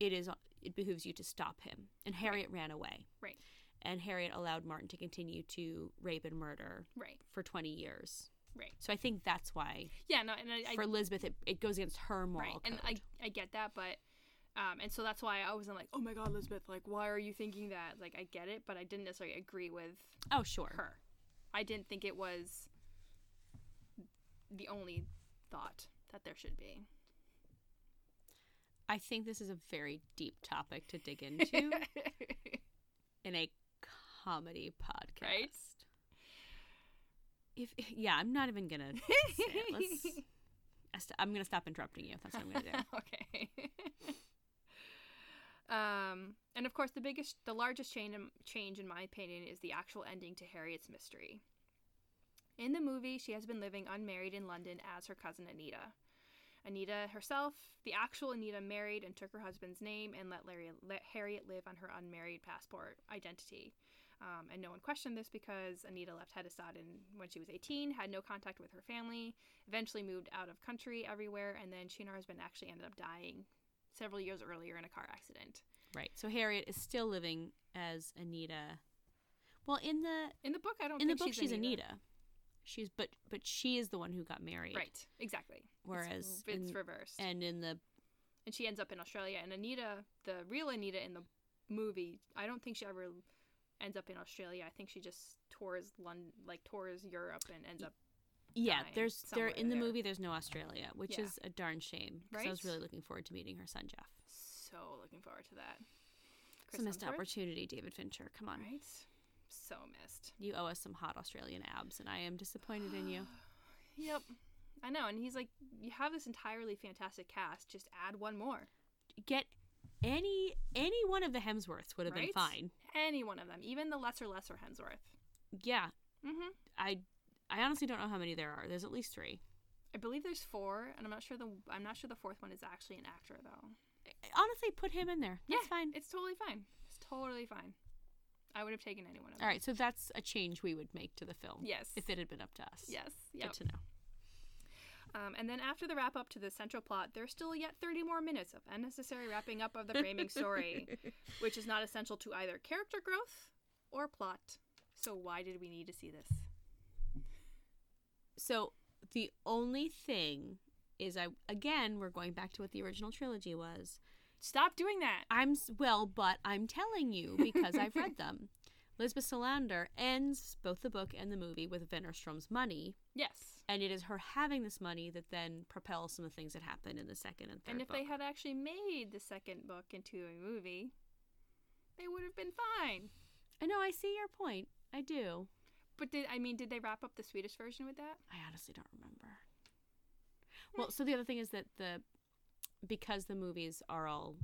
it is it behooves you to stop him. And Harriet ran away,
right
and Harriet allowed Martin to continue to rape and murder
right
for twenty years.
right
So I think that's why
yeah no and i, I
for Elizabeth, it, it goes against her moral
right
code.
and i i get that but um and so that's why i wasn't like oh my god elizabeth like why are you thinking that like i get it but i didn't necessarily agree with
oh, sure.
her i didn't think it was the only thought that there should be
I think this is a very deep topic to dig into in a comedy podcast.
Right?
If yeah, I'm not even gonna. Say it. Let's. I st- I'm gonna stop interrupting you. That's what I'm gonna do.
okay. um, and of course, the biggest, the largest change in, change, in my opinion, is the actual ending to Harriet's mystery. In the movie, she has been living unmarried in London as her cousin Anita. Anita herself, the actual Anita, married and took her husband's name and let, Larry, let Harriet live on her unmarried passport identity. Um, and no one questioned this because Anita left Hedestad in, when she was 18, had no contact with her family, eventually moved out of country everywhere, and then she and her husband actually ended up dying several years earlier in a car accident.
right. So Harriet is still living as Anita. Well, in the
In the book, I don't
in the
think
book, she's, Anita. She's but but she is the one who got married.
Right, exactly. It's-
Whereas
it's,
in-
reversed. And,
And in the
she ends up in Australia, and Anita, the real Anita in the movie, I don't think she ever ends up in Australia. I think she just tours London, like tours Europe and ends up
Yeah,
dying
there's there
somewhere
in the
there.
movie. There's no Australia, which
Yeah.
is a darn shame. Because I was
Right?
really looking forward to meeting her son Jeff.
so looking forward to that.
it's a missed
Hemsworth,
opportunity, David Fincher. Come on,
Right? So missed.
you owe us some hot Australian abs, and I am disappointed in you.
Yep. I know, and he's like, you have this entirely fantastic cast. Just add one more.
Get any any one of the Hemsworths would have been
Right?
fine.
Any one of them, even the lesser lesser Hemsworth.
Yeah,
Mm-hmm.
I I honestly don't know how many there are. There's at least three.
I believe there's four, and I'm not sure the I'm not sure the fourth one is actually an actor though.
Honestly, put him in there. That's fine.
It's totally fine. It's totally fine. I would have taken any one of them.
All right, so that's a change we would make to the film.
Yes.
if it had been up to us.
Yes.
good
Yep.
to know.
Um, and then after the wrap up to the central plot, there's still yet 30 more minutes of unnecessary wrapping up of the framing story, which is not essential to either character growth or plot. So why did we need to see this?
So the only thing is, I again, we're going back to what the original trilogy was.
Stop doing that.
I'm s- well, but I'm telling you because I've read them. Lisbeth Salander ends both the book and the movie with Vennerstrom's money,
Yes.
and it is her having this money that then propels some of the things that happen in the second and third.
And if
book.
they had actually made the second book into a movie, they would have been fine.
I know, I see your point. I do.
But did I mean did they wrap up the Swedish version with that?
I honestly don't remember.
Hmm.
Well, so the other thing is that the because the movies are all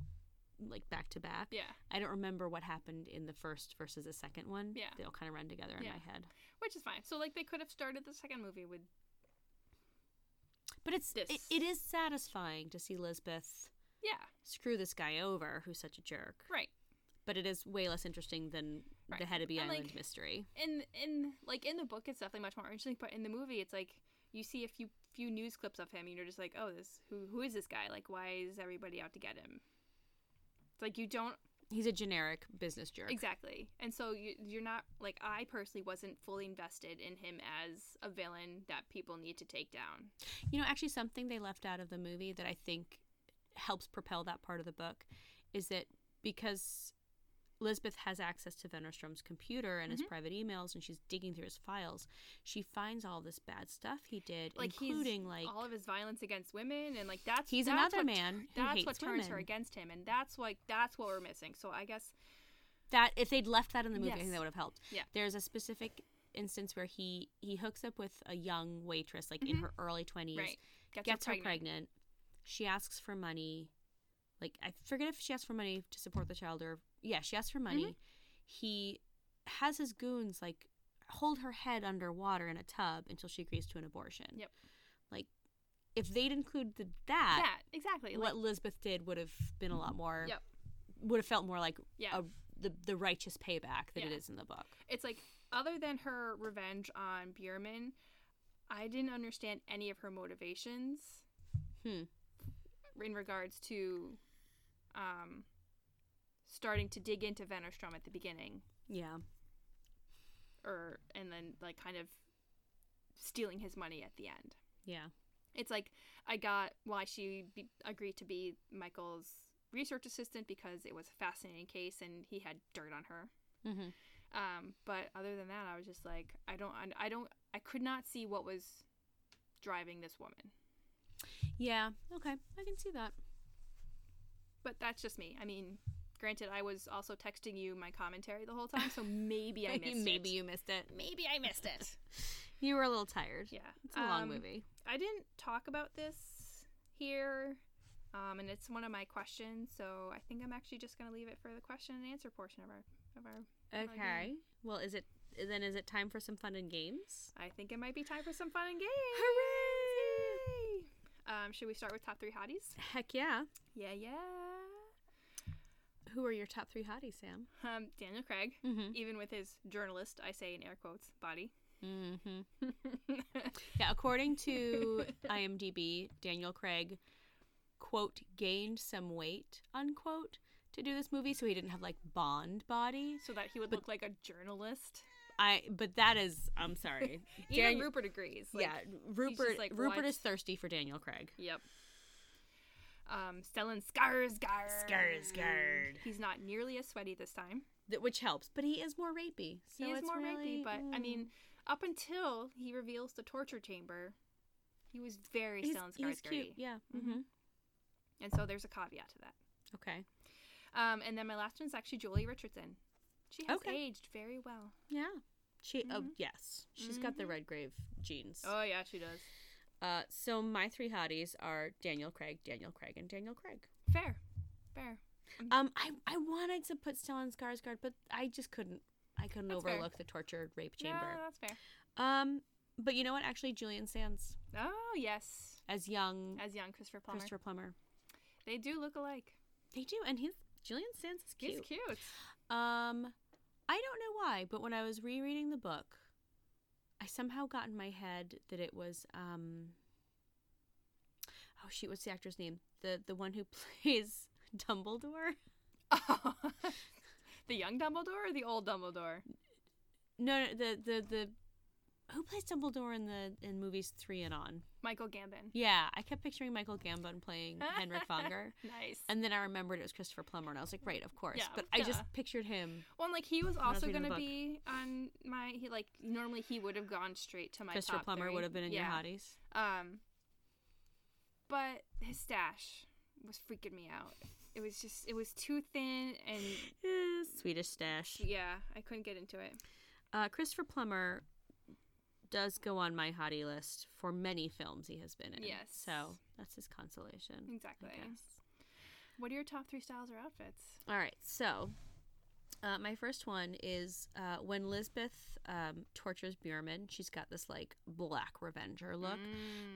like back to back.
Yeah.
I don't remember what happened in the first versus the second one.
Yeah.
They all kind of run together in
Yeah.
my head.
Which is fine. So like they could have started the second movie with
But it's it,
This.
it is satisfying to see Lisbeth
Yeah,
screw this guy over who's such a jerk.
right.
But it is way less interesting than
Right.
the Hedeby
And, like,
Island mystery.
in in like in the book it's definitely much more interesting but in the movie it's like you see a few few news clips of him and you're just like oh this who who is this guy like why is everybody out to get him it's like you don't
He's a generic business jerk.
exactly and so you, you're not like i personally wasn't fully invested in him as a villain that people need to take down
You know, actually, something they left out of the movie that I think helps propel that part of the book is that because Lisbeth has access to Vennerstrom's computer and
Mm-hmm.
his private emails, and she's digging through his files, she finds all this bad stuff he did,
like
including
he's,
like
all of his violence against women and like that's
He's
that's
another
what-
man who
that's
hates
what turns her
women.
against him and that's like that's what we're missing so i guess
that. If they'd left that in the movie, I think
Yes.
that would have helped.
Yeah.
there's a specific instance where he he hooks up with a young waitress, like in her early twenties,
Mm-hmm. right
gets, her, pregnant. She asks for money. Like I forget if she asked for money to support the child or yeah, she asks for money.
Mm-hmm.
He has his goons like hold her head underwater in a tub until she agrees to an abortion.
Yep.
Like if they'd included
that,
that,
exactly like,
what Lisbeth did would have been a lot more
Yep.
would have felt more like
Yeah.
a, the the righteous payback that it
Yeah.
is in the book.
it's like other than her revenge on Bierman, I didn't understand any of her motivations
Hmm.
in regards to um, starting to dig into Vennerstrom at the beginning,
Yeah.
or and then like kind of stealing his money at the end.
Yeah.
It's like I got why she be- agreed to be Michael's research assistant because it was a fascinating case and he had dirt on her.
Mhm.
Um, but other than that, I was just like, I don't, I don't, I could not see what was driving this woman.
Yeah. Okay. I can see that.
But that's just me. I mean, granted, I was also texting you my commentary the whole time, so maybe I missed
Maybe
it.
you missed it.
maybe I missed it.
You were a little tired.
Yeah,
It's a long
Um,
movie.
I didn't talk about this here, um, and it's one of my questions, so I think I'm actually just going to leave it for the question and answer portion of our of our.
Okay.
game.
Well, is it then? Is it time for some fun and games?
I think it might be time for some fun and games.
Hooray!
Um, should we start with top three hotties?
Heck yeah!
Yeah, yeah.
Who are your top three hotties, Sam?
Um, Daniel Craig,
Mhm.
even with his journalist, I say in air quotes, body.
Mm-hmm. Yeah. According to IMDb, Daniel Craig quote gained some weight unquote to do this movie, so he didn't have like Bond body.
so that he would look like a journalist.
I. But that is. I'm sorry.
Even
Dan-
Rupert agrees. Like,
yeah. Rupert.
like,
Rupert
what?
is thirsty for Daniel Craig.
Yep. Um, Stellan Skarsgård.
Skarsgård.
He's not nearly as sweaty this time.
Th- which helps. But he is more rapey. So
he is
it's
more
really,
rapey, but I
mm.
mean, up until he reveals the torture chamber, he was very
he's,
Stellan
he's cute.
Skarsgård.
Yeah.
Mhm.
Mm-hmm.
And so there's a caveat to that.
Okay.
Um, and then my last one's actually Julie Richardson. She has
Okay.
aged very well.
Yeah. She. Oh yes, she's got the Redgrave genes.
Mm-hmm. Oh yeah, she does.
Uh, so my three hotties are Daniel Craig, Daniel Craig, and Daniel Craig.
Fair, fair.
Um, I I wanted to put Stellan Skarsgård, but I just couldn't. I couldn't
That's fair.
overlook the torture rape chamber.
Yeah, that's fair.
Um, but you know what? Actually, Julian Sands
Oh yes,
as young
as young Christopher Plummer,
Mm. Christopher Plummer.
they do look alike.
They do, and he's Julian Sands is
He's cute.
Um, I don't know why, but when I was rereading the book, I somehow got in my head that it was um oh shoot, what's the actor's name? The the one who plays Dumbledore?
the young Dumbledore or the old Dumbledore?
No, no the the the who plays Dumbledore in the in movies three and on?
Michael Gambon.
Yeah, I kept picturing Michael Gambon playing Henrik Fonger,
Nice.
and then I remembered it was Christopher Plummer, and I was like, right, of course.
Yeah,
but I just
duh.
pictured him
Well, and, like he was
I was
also
reading the
gonna
book.
be on my he like normally he would have gone straight to my
Christopher
top
Plummer
three.
would have been in
yeah.
your hotties.
Um, but his stash was freaking me out. It was just it was too thin and
Yes.
Swedish stash.
yeah, I couldn't get into it.
Uh, Christopher Plummer does go on my hottie list for many films he has been in.
Yes.
So that's his consolation. I
Exactly.
guess.
What are your top three styles or outfits?
All right. So uh, my first one is uh, when Lisbeth um, tortures Bjorman, she's got this like black revenger look.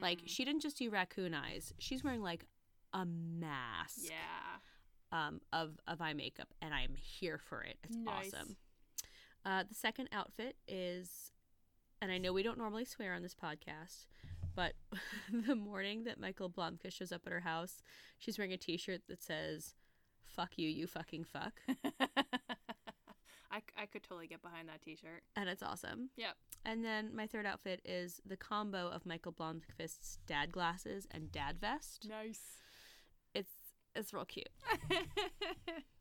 Like
Mm,
she didn't just do raccoon eyes, she's wearing like a mask
Yeah.
um, of, of eye makeup, and I'm here for it. It's
Nice.
awesome. Uh, the second outfit is, and I know we don't normally swear on this podcast, but the morning that Michael Blomka shows up at her house, she's wearing a t shirt that says, Fuck you, you fucking fuck.
I, c- I could totally get behind that t-shirt.
And it's awesome.
Yep.
And then my third outfit is the combo of Michael Blomkvist's dad glasses and dad vest.
Nice.
It's it's real cute.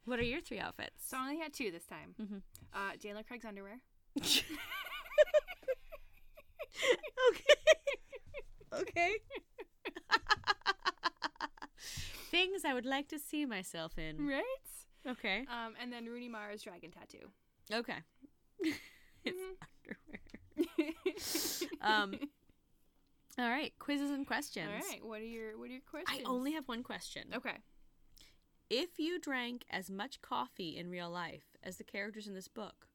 What are your three outfits?
so I only had two this time.
Mhm.
Uh, Daniel Craig's underwear.
okay. Things I would like to see myself in.
Right.
Okay.
Um, and then Rooney Mara's dragon tattoo.
Okay. it's
Mhm.
underwear. Um, all right. Quizzes and questions.
All right. What are your What are your
I
questions? Oh.
only have one question.
Okay.
If you drank as much coffee in real life as the characters in this book,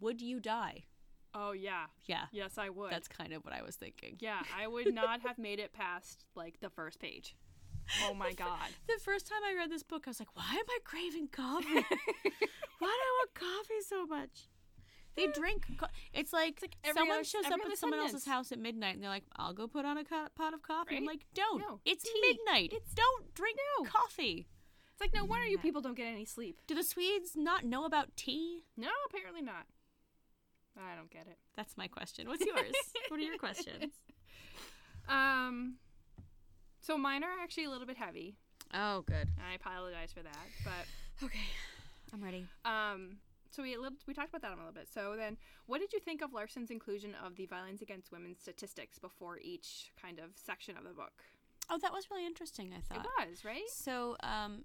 would you die?
Oh yeah.
Yeah.
Yes, I would.
That's kind of what I was thinking.
Yeah, I would not have made it past like the first page. Oh my god.
The first time I read this book, I was like, why am I craving coffee? Why do I want coffee so much? They drink. Co- it's like,
every
someone
other-
shows
every
up
other
at someone else's
sentence.
house at midnight, and they're like, "I'll go put on a co- pot of coffee." I'm
Right?
like, "Don't!
No.
It's
Tea.
midnight.
It's-
don't drink
No.
coffee."
It's like no wonder you people don't get any sleep.
Do the Swedes not know about tea?
No, apparently not. I don't get it.
That's my question. What's yours? what are your questions?
Um so mine are actually a little bit heavy.
Oh, good.
I apologize for that, but
Okay, I'm ready.
um so we a little, we talked about that a little bit. So then, what did you think of Larson's inclusion of the violence against women statistics before each kind of section of the book?
Oh, that was really interesting. I
It
thought.
was right.
So, um,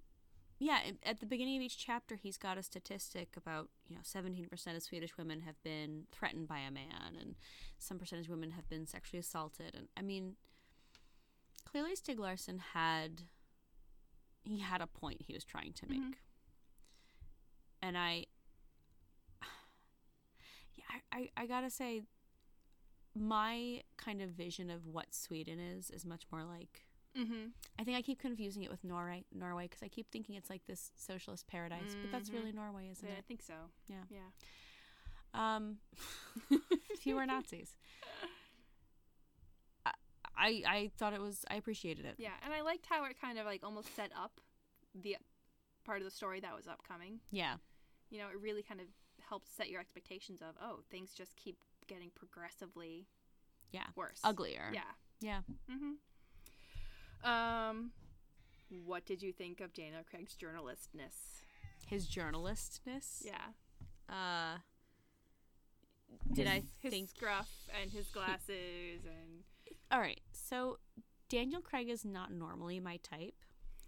yeah, at- at the beginning of each chapter, he's got a statistic about you know seventeen percent of Swedish women have been threatened by a man, and some percentage of women have been sexually assaulted. And I mean, clearly Stig Larsson had he had a point he was trying to make, and I, yeah, I, I, I gotta say, my kind of vision of what Sweden is is much more like
Mm-hmm.
I think I keep confusing it with Norway, Norway, because I keep thinking it's like this socialist paradise, but that's
Mhm.
really Norway, isn't
Yeah, I
it?
think so.
Yeah.
Yeah.
Um, fewer Nazis. I, I I thought it was. I appreciated it.
Yeah, and I liked how it kind of like almost set up the part of the story that was upcoming.
Yeah.
You know, it really kind of helped set your expectations of oh, things just keep getting progressively
Yeah.
worse,
Uglier.
Yeah.
Yeah.
Mm-hmm. Um, what did you think of Daniel Craig's journalistness?
His journalistness.
Yeah,
Uh. Did I
his
think?
scruff and his glasses and
All right. So Daniel Craig is not normally my type,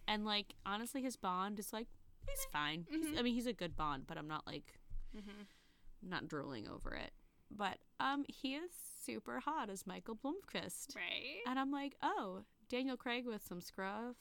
and like honestly, his Bond is like he's fine. He's, I mean, he's a good Bond, but I'm not like not drooling over it. But um, he is super hot as Michael Blomkvist,
right.
and I'm like, oh, Daniel Craig with some scruff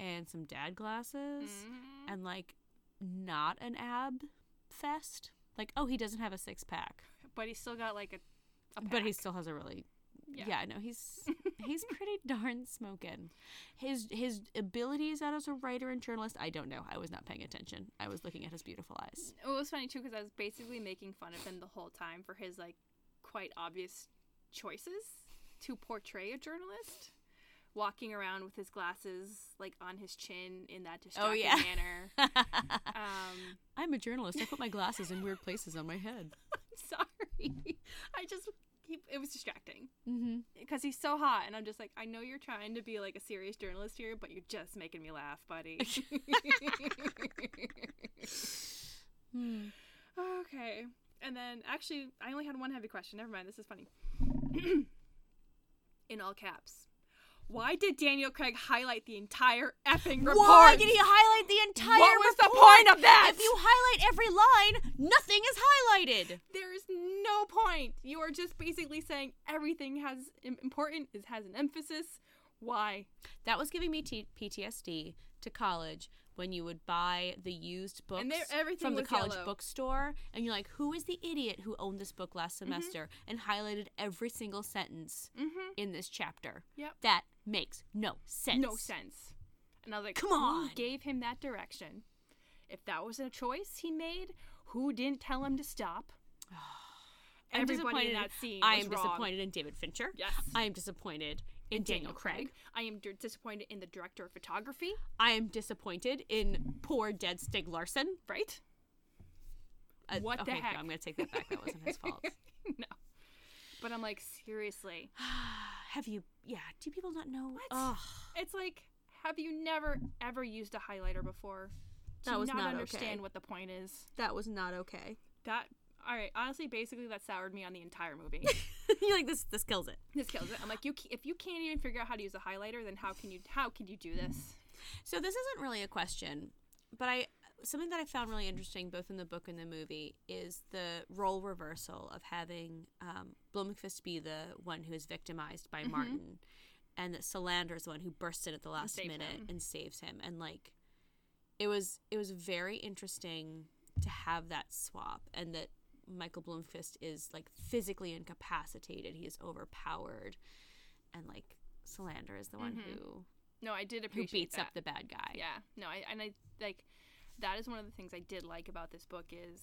and some dad glasses,
Mhm.
and like not an ab fest. Like, oh, he doesn't have a six pack,
But he's still got like a, a
but he
pack.
still has a really yeah,
Yeah.
no, he's he's pretty darn smoking. His his abilities out as a writer and journalist, I don't know. I was not paying attention. I was looking at his beautiful eyes.
It was funny too because I was basically making fun of him the whole time for his like quite obvious choices to portray a journalist, walking around with his glasses like on his chin in that
Oh,
distracting
yeah.
manner. Um,
I'm a journalist. I put my glasses in weird places on my head.
sorry, I just he, it was distracting
Mm-hmm.
because he's so hot, and I'm just like, I know you're trying to be like a serious journalist here, but you're just making me laugh, buddy.
Hmm.
okay, and then actually, I only had one heavy question. Never mind, this is funny. in all caps. Why did Daniel Craig highlight the entire effing report?
Why did he highlight the entire
What was the
report?
point of that?
If you highlight every line, nothing is highlighted.
There is no point. You are just basically saying everything has im- important is has an emphasis. Why?
That was giving me t- PTSD to college when you would buy the used books
And there- everything
from the
was
college
yellow.
bookstore, and you're like, "Who is the idiot who owned this book last semester and highlighted every single sentence
Mm-hmm.
in this chapter?"
Yep.
That makes no sense.
No sense. And I was like,
Come
who
on.
gave him that direction? If that was a choice he made, who didn't tell him to stop?
I'm
Everybody in
disappointed-
that scene.
I
was
am
wrong.
disappointed in David Fincher.
Yes.
I am disappointed in, Daniel Craig.
I am d- disappointed in the director of photography.
I am disappointed in poor dead Stig Larson.
Right?
Uh,
What the
okay,
heck?
No, I'm going to take that back. That wasn't his fault.
no. But I'm like, seriously.
Have you? Yeah. Do people not know? What?
It's like, have you never ever used a highlighter before? Do
That
you
was
not,
not
understand
okay.
what the point is?
That was not okay.
That all right? Honestly, basically, that soured me on the entire movie.
You're like this. This kills it.
this kills it. I'm like, you ca- if you can't even figure out how to use a highlighter, then how can you how can you do this?
So this isn't really a question, but I something that I found really interesting both in the book and the movie is the role reversal of having um, Blomqvist be the one who is victimized
Mm-hmm.
by Martin, and that Solander is the one who bursts in at the last
saves
minute
him.
and saves him. And like, it was it was very interesting to have that swap and that. Michael Bloomfist is like physically incapacitated. He is overpowered, and like Solander is the one who
No, I did
who
Mm-hmm. appreciate
beats
that.
up the bad guy.
yeah. No, I and I like that is one of the things I did like about this book is,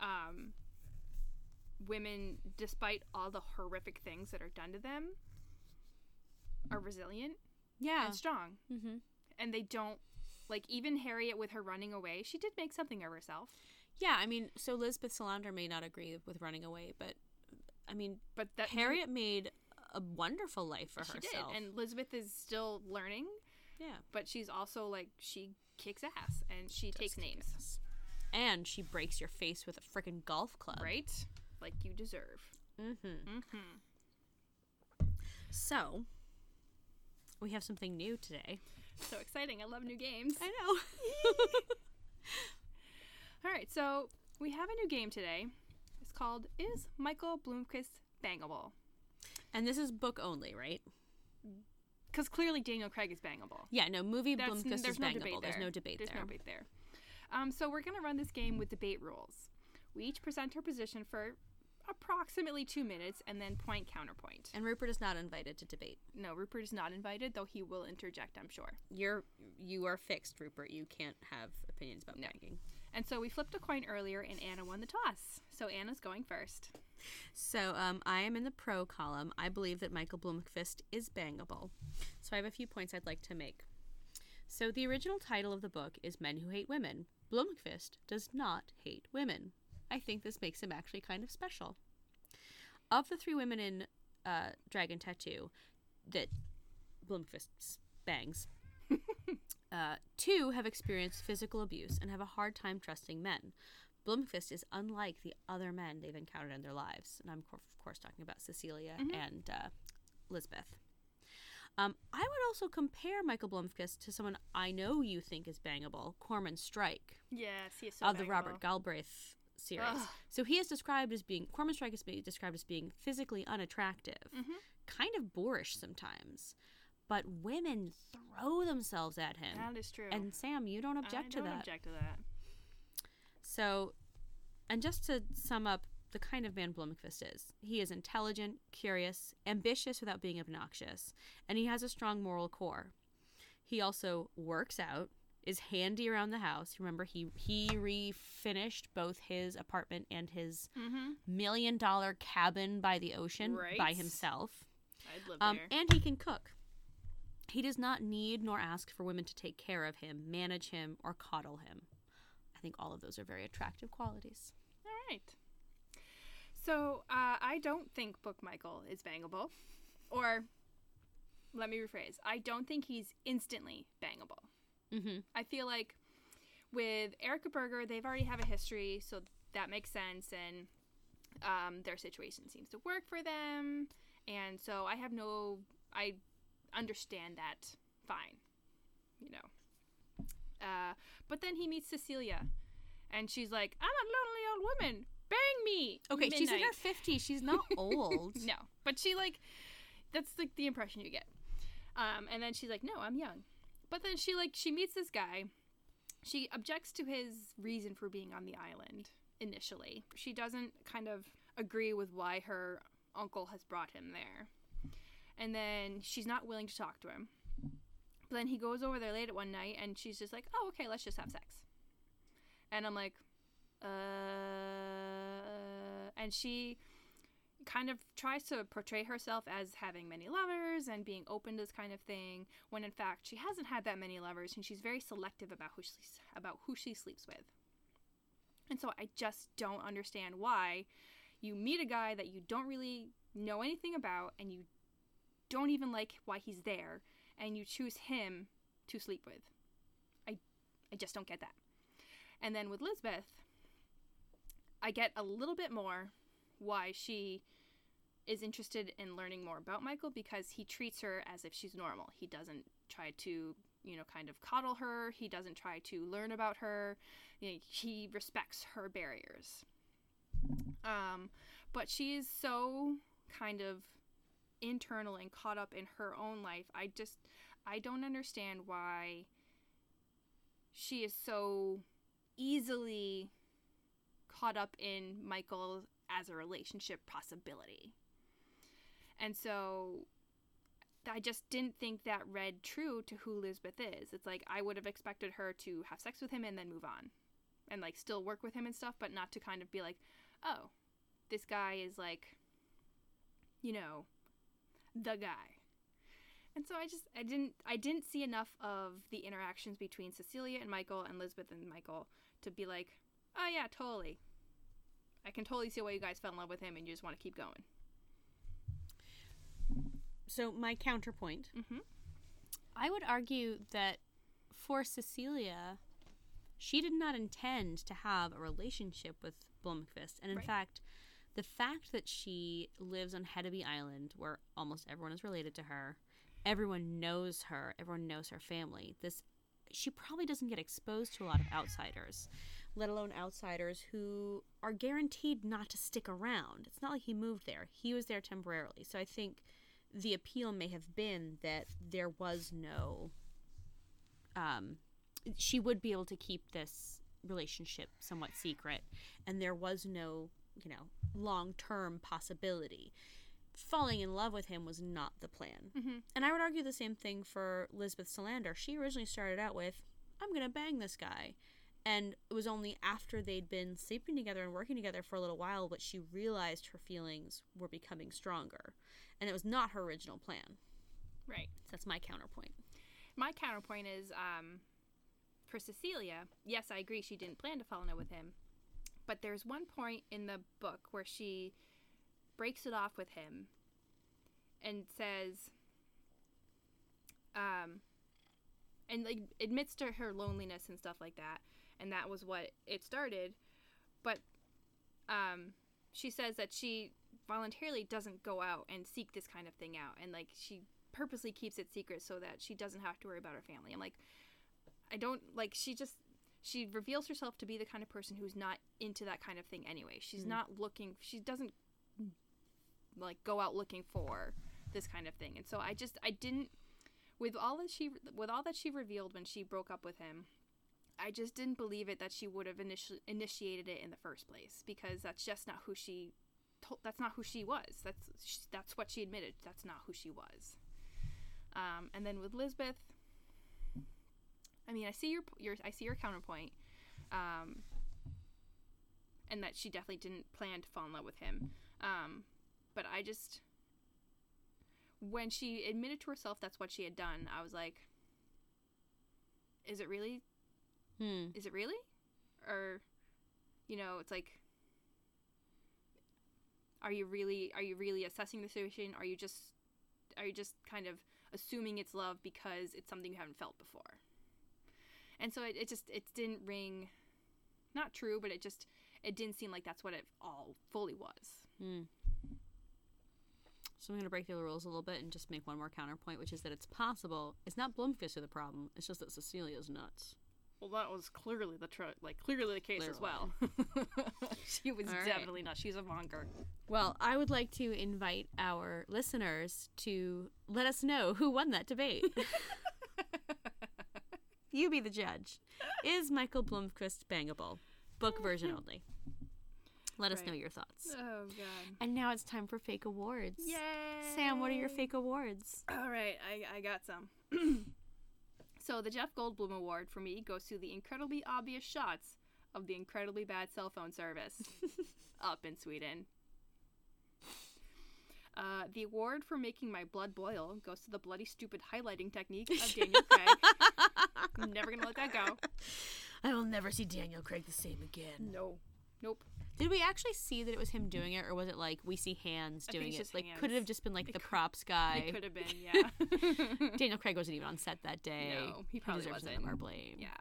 um, women, despite all the horrific things that are done to them, are resilient
Yeah.
and strong.
Mhm.
and they don't like even Harriet with her running away, she did make something of herself.
Yeah, I mean, so Lisbeth Salander may not agree with running away, but I mean,
But that
Harriet made a wonderful life for
Uh, mm-hmm. she
herself.
did, and Elizabeth is still learning,
yeah.
but she's also like she kicks ass and she takes names,
And she breaks your face with a freaking golf club.
right? Like you deserve.
Mm-hmm.
hmm
So
We have something new today.
So exciting! I love new games.
know.
All right, so we have a new game today. It's called "Is Michael Bloomquist Bangable?"
and this is book only, right?
Because clearly Daniel Craig is bangable.
Yeah, no, movie
That's-
Blomkvist is
there's no debate
bangable. There's
there.
no debate
There's
there.
no debate there. Um, so we're going to run this game with debate rules. We each present our position for approximately two minutes and then point counterpoint.
and Rupert is not invited to debate.
No, Rupert is not invited, though he will interject, I'm sure.
you're you are fixed, Rupert. You can't have opinions about banking.
And so we flipped a coin earlier and Anna won the toss. So Anna's going first.
So um, I am in the pro column. I believe that Michael Blomkvist is bangable. So I have a few points I'd like to make. So the original title of the book is Men Who Hate Women. Blomkvist does not hate women. I think this makes him actually kind of special. Of the three women in uh, Dragon Tattoo that Blomkvist bangs, uh, two have experienced physical abuse and have a hard time trusting men. Blomqvist is unlike the other men they've encountered in their lives, and I'm of cour- of course talking about Cecilia
Mm-hmm.
and uh, Lisbeth. Um, I would also compare Michael Blomqvist to someone I know you think is bangable, Corman Strike
Yes, he is so
of the Robert Galbraith series.
Ugh.
So he is described as being Corman Strike is be- described as being physically unattractive,
Mm-hmm.
kind of boorish sometimes, but women throw themselves at him.
That is true.
and Sam, you don't object
I
to
don't
that.
object to that.
So, and just to sum up the kind of man Blomqvist is, he is intelligent, curious, ambitious without being obnoxious, and he has a strong moral core. He also works out, is handy around the house. Remember, he he refinished both his apartment and his million dollar cabin by the ocean by
Right.
himself.
I'd live
Um,
there.
and he can cook. He does not need nor ask for women to take care of him, manage him, or coddle him. I think all of those are very attractive qualities.
All right. So uh, I don't think Book Michael is bangable, or let me rephrase. I don't think he's instantly bangable.
Mm-hmm.
I feel like with Erica Berger, they've already have a history, so that makes sense, and um, their situation seems to work for them, and so I have no, I understand that fine, you know. Uh, but then he meets Cecilia, and she's like, "I'm a lonely old woman. Bang me."
Okay, she's in her
midnight."
50s. She's not old.
No, but she like that's like the impression you get. Um, and then she's like, "No, I'm young," but then she like she meets this guy. She objects to his reason for being on the island initially. She doesn't kind of agree with why her uncle has brought him there, and then she's not willing to talk to him. But then he goes over there late at one night, and she's just like, "Oh, okay, let's just have sex." And I'm like, "Uh," and she kind of tries to portray herself as having many lovers and being open to this kind of thing when in fact she hasn't had that many lovers and she's very selective about who she about who she sleeps with. And so I just don't understand why you meet a guy that you don't really know anything about and you don't even like why he's there and you choose him to sleep with. I I just don't get that. And then with Lisbeth, I get a little bit more why she is interested in learning more about Michael because he treats her as if she's normal. He doesn't try to, you know, kind of coddle her. He doesn't try to learn about her. You know, he respects her barriers. Um, but she is so kind of internal and caught up in her own life. I just, I don't understand why she is so easily caught up in Michael as a relationship possibility. And so I just didn't think that read true to who Lisbeth is. It's like I would have expected her to have sex with him and then move on and like still work with him and stuff, but not to kind of be like, oh, this guy is like, you know, the guy. And so I just I didn't I didn't see enough of the interactions between Cecilia and Michael and Lisbeth and Michael to be like, oh yeah, totally. I can totally see why you guys fell in love with him and you just want to keep going.
So, my counterpoint
Mhm.
Mm-hmm. I would argue that for Cecilia, she did not intend to have a relationship with Blomqvist. And in
Right.
fact, the fact that she lives on Hedeby Island, where almost everyone is related to her, everyone knows her, everyone knows her family. This she probably doesn't get exposed to a lot of outsiders, let alone outsiders who are guaranteed not to stick around. It's not like he moved there. He was there temporarily. So I think the appeal may have been that there was no um she would be able to keep this relationship somewhat secret and there was no you know long-term possibility falling in love with him was not the plan
Mhm.
and i would argue the same thing for lisbeth solander she originally started out with i'm gonna bang this guy and it was only after they'd been sleeping together and working together for a little while that she realized her feelings were becoming stronger and it was not her original plan
Right.
So that's my counterpoint
My counterpoint is um, for Cecilia, yes, I agree she didn't plan to fall in love with him. But there's one point in the book where she breaks it off with him and says, um, and like admits to her loneliness and stuff like that. And that was what it started. But um, she says that she voluntarily doesn't go out and seek this kind of thing out. And like she purposely keeps it secret so that she doesn't have to worry about her family. I'm like, I don't like she just she reveals herself to be the kind of person who's not into that kind of thing anyway. She's not looking she doesn't like go out looking for this kind of thing. And so I just I didn't with all that she with all that she revealed when she broke up with him, I just didn't believe it that she would have initi- initiated it in the first place because that's just not who she to- that's not who she was. That's sh that's what she admitted. That's not who she was. Um, and then with Lisbeth, I mean, I see your p- your I see your counterpoint, um, and that she definitely didn't plan to fall in love with him. Um, but I just when she admitted to herself that's what she had done, I was like, is it really?
Hmm.
Is it really? Or, you know, it's like, are you really? Are you really assessing the situation? Are you just, are you just kind of assuming it's love because it's something you haven't felt before? And so it, it just it didn't ring, not true, but it just it didn't seem like that's what it all fully was.
So I'm going to break the rules a little bit and just make one more counterpoint, which is that it's possible. It's not Blomqvist who the problem. It's just that Cecilia's nuts.
Well, that was clearly the tr- like clearly the case as well. she was
All right.
definitely not. She's a monger.
Well, I would like to invite our listeners to let us know who won that debate. you be the judge. Is Michael Blomqvist bangable? Book version only. Let us
Right.
know your thoughts.
Oh god.
And now it's time for fake awards.
Yay.
Sam, what are your fake awards?
All right, I I got some. so the Jeff Goldblum Award for me goes to the incredibly obvious shots of the incredibly bad cell phone service up in Sweden. Uh, the award for making my blood boil goes to the bloody stupid highlighting technique of Daniel Craig. Never gonna let that go.
I will never see Daniel Craig the same again.
No. Nope.
Did we actually see that it was him doing it, or was it like we see hands
I think
doing
it's
it?
just
Like, could it have
hands.
just been like
It
the
could-
props guy?
It could have been, yeah.
Daniel Craig wasn't even on set that day.
No, he probably
deserves none
wasn't.
of our blame.
yeah.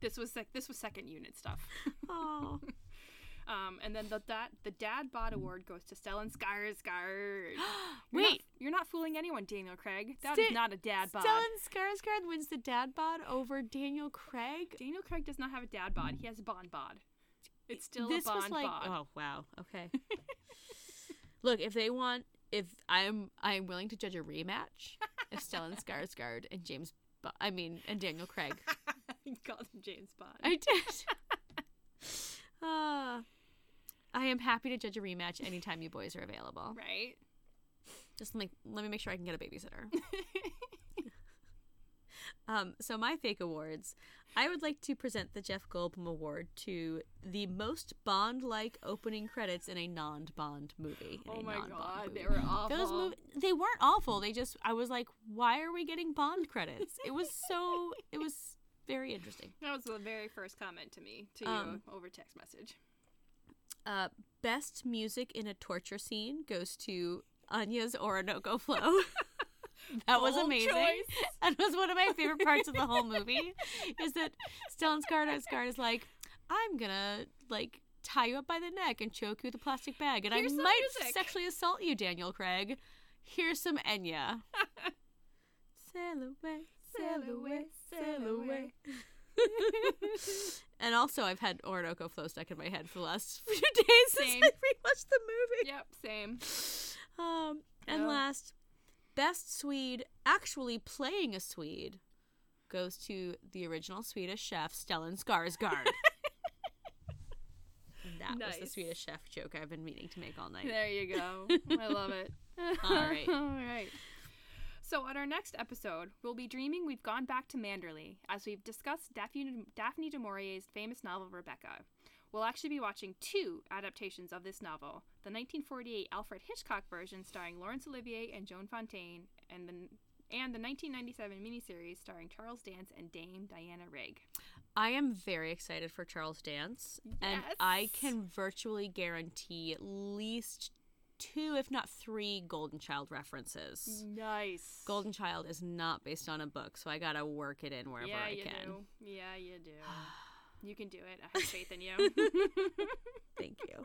This was sec- this was second unit stuff.
Oh,
Um, and then the that the dad bod award goes to Stellan Skarsgård. You're not,
wait.
you're not fooling anyone, Daniel Craig. That is
Sta-
not a dad bod.
Stellan Skarsgård wins the dad bod over Daniel Craig.
Daniel Craig does not have a dad bod. He has a bond bod. It's still
this
a bond
was like,
bod.
oh wow, okay. Look, if they want, if I'm, I'm willing to judge a rematch if Stellan Skarsgård and James, Bo- I mean, and Daniel Craig.
he called him James Bond.
uh, I did. uh, I am happy to judge a rematch anytime you boys are available.
right?
Just like let me make sure I can get a babysitter. um, so my fake awards, I would like to present the Jeff Goldblum Award to the most Bond-like opening credits in a non-Bond movie. in
Oh
a
my
non-Bond
god, they
movie.
were awful.
Those mov- they weren't awful. They just I was like, why are we getting Bond credits? It was so it was very interesting.
that was the very first comment to me to
Um,
you over text message.
Uh, best music in a torture scene goes to Anya's Orinoco Flow. that was
Bold
amazing.
choice.
That was one of my favorite parts of the whole movie. Is that Stellan Skarsgård is like, I'm gonna like tie you up by the neck and choke you with a plastic bag, and
Here's
I
some
might
music."
sexually assault you, Daniel Craig. Here's some Enya. sail away, sail away, sail away. and also, I've had Orinoco Flow stuck in my head for the last few days
Same.
since I rewatched the movie.
Yep, same.
Um, and
Yeah.
last, best Swede actually playing a Swede goes to the original Swedish chef Stellan Skarsgård. And that was the
Nice.
Swedish chef joke I've been meaning to make all night.
There you go. I love it.
All right.
All right. So, on our next episode, we'll be dreaming we've gone back to Manderley as we've discussed Daphne, Daphne du Maurier's famous novel Rebecca. We'll actually be watching two adaptations of this novel the 1948 Alfred Hitchcock version starring Laurence Olivier and Joan Fontaine, and the, and the 1997 miniseries starring Charles Dance and Dame Diana Rigg.
I am very excited for Charles Dance, and
Yes.
I can virtually guarantee at least two, if not three, Golden Child references.
Nice.
Golden Child is not based on a book, so I gotta work it in wherever
yeah,
I
you
can.
do. Yeah, you do. you can do it. I have faith in you.
Thank you.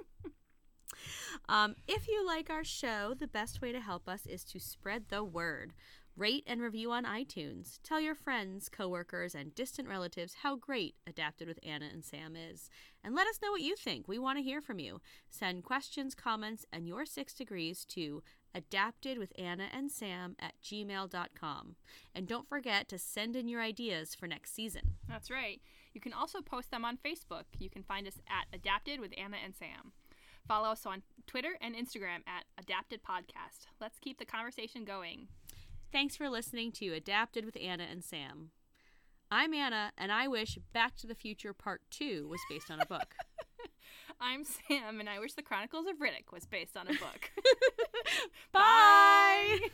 Um, if you like our show, the best way to help us is to spread the word. Rate and review on iTunes. Tell your friends, coworkers, and distant relatives how great Adapted with Anna and Sam is. And let us know what you think. We want to hear from you. Send questions, comments, and your six degrees to adapted with Anna and Sam at gmail.com. And don't forget to send in your ideas for next season.
That's right. You can also post them on Facebook. You can find us at Adapted with Anna and Sam. Follow us on Twitter and Instagram at Adapted Podcast. Let's keep the conversation going.
Thanks for listening to Adapted with Anna and Sam. I'm Anna, and I wish Back to the Future Part 2 was based on a book.
I'm Sam, and I wish The Chronicles of Riddick was based on a book.
Bye!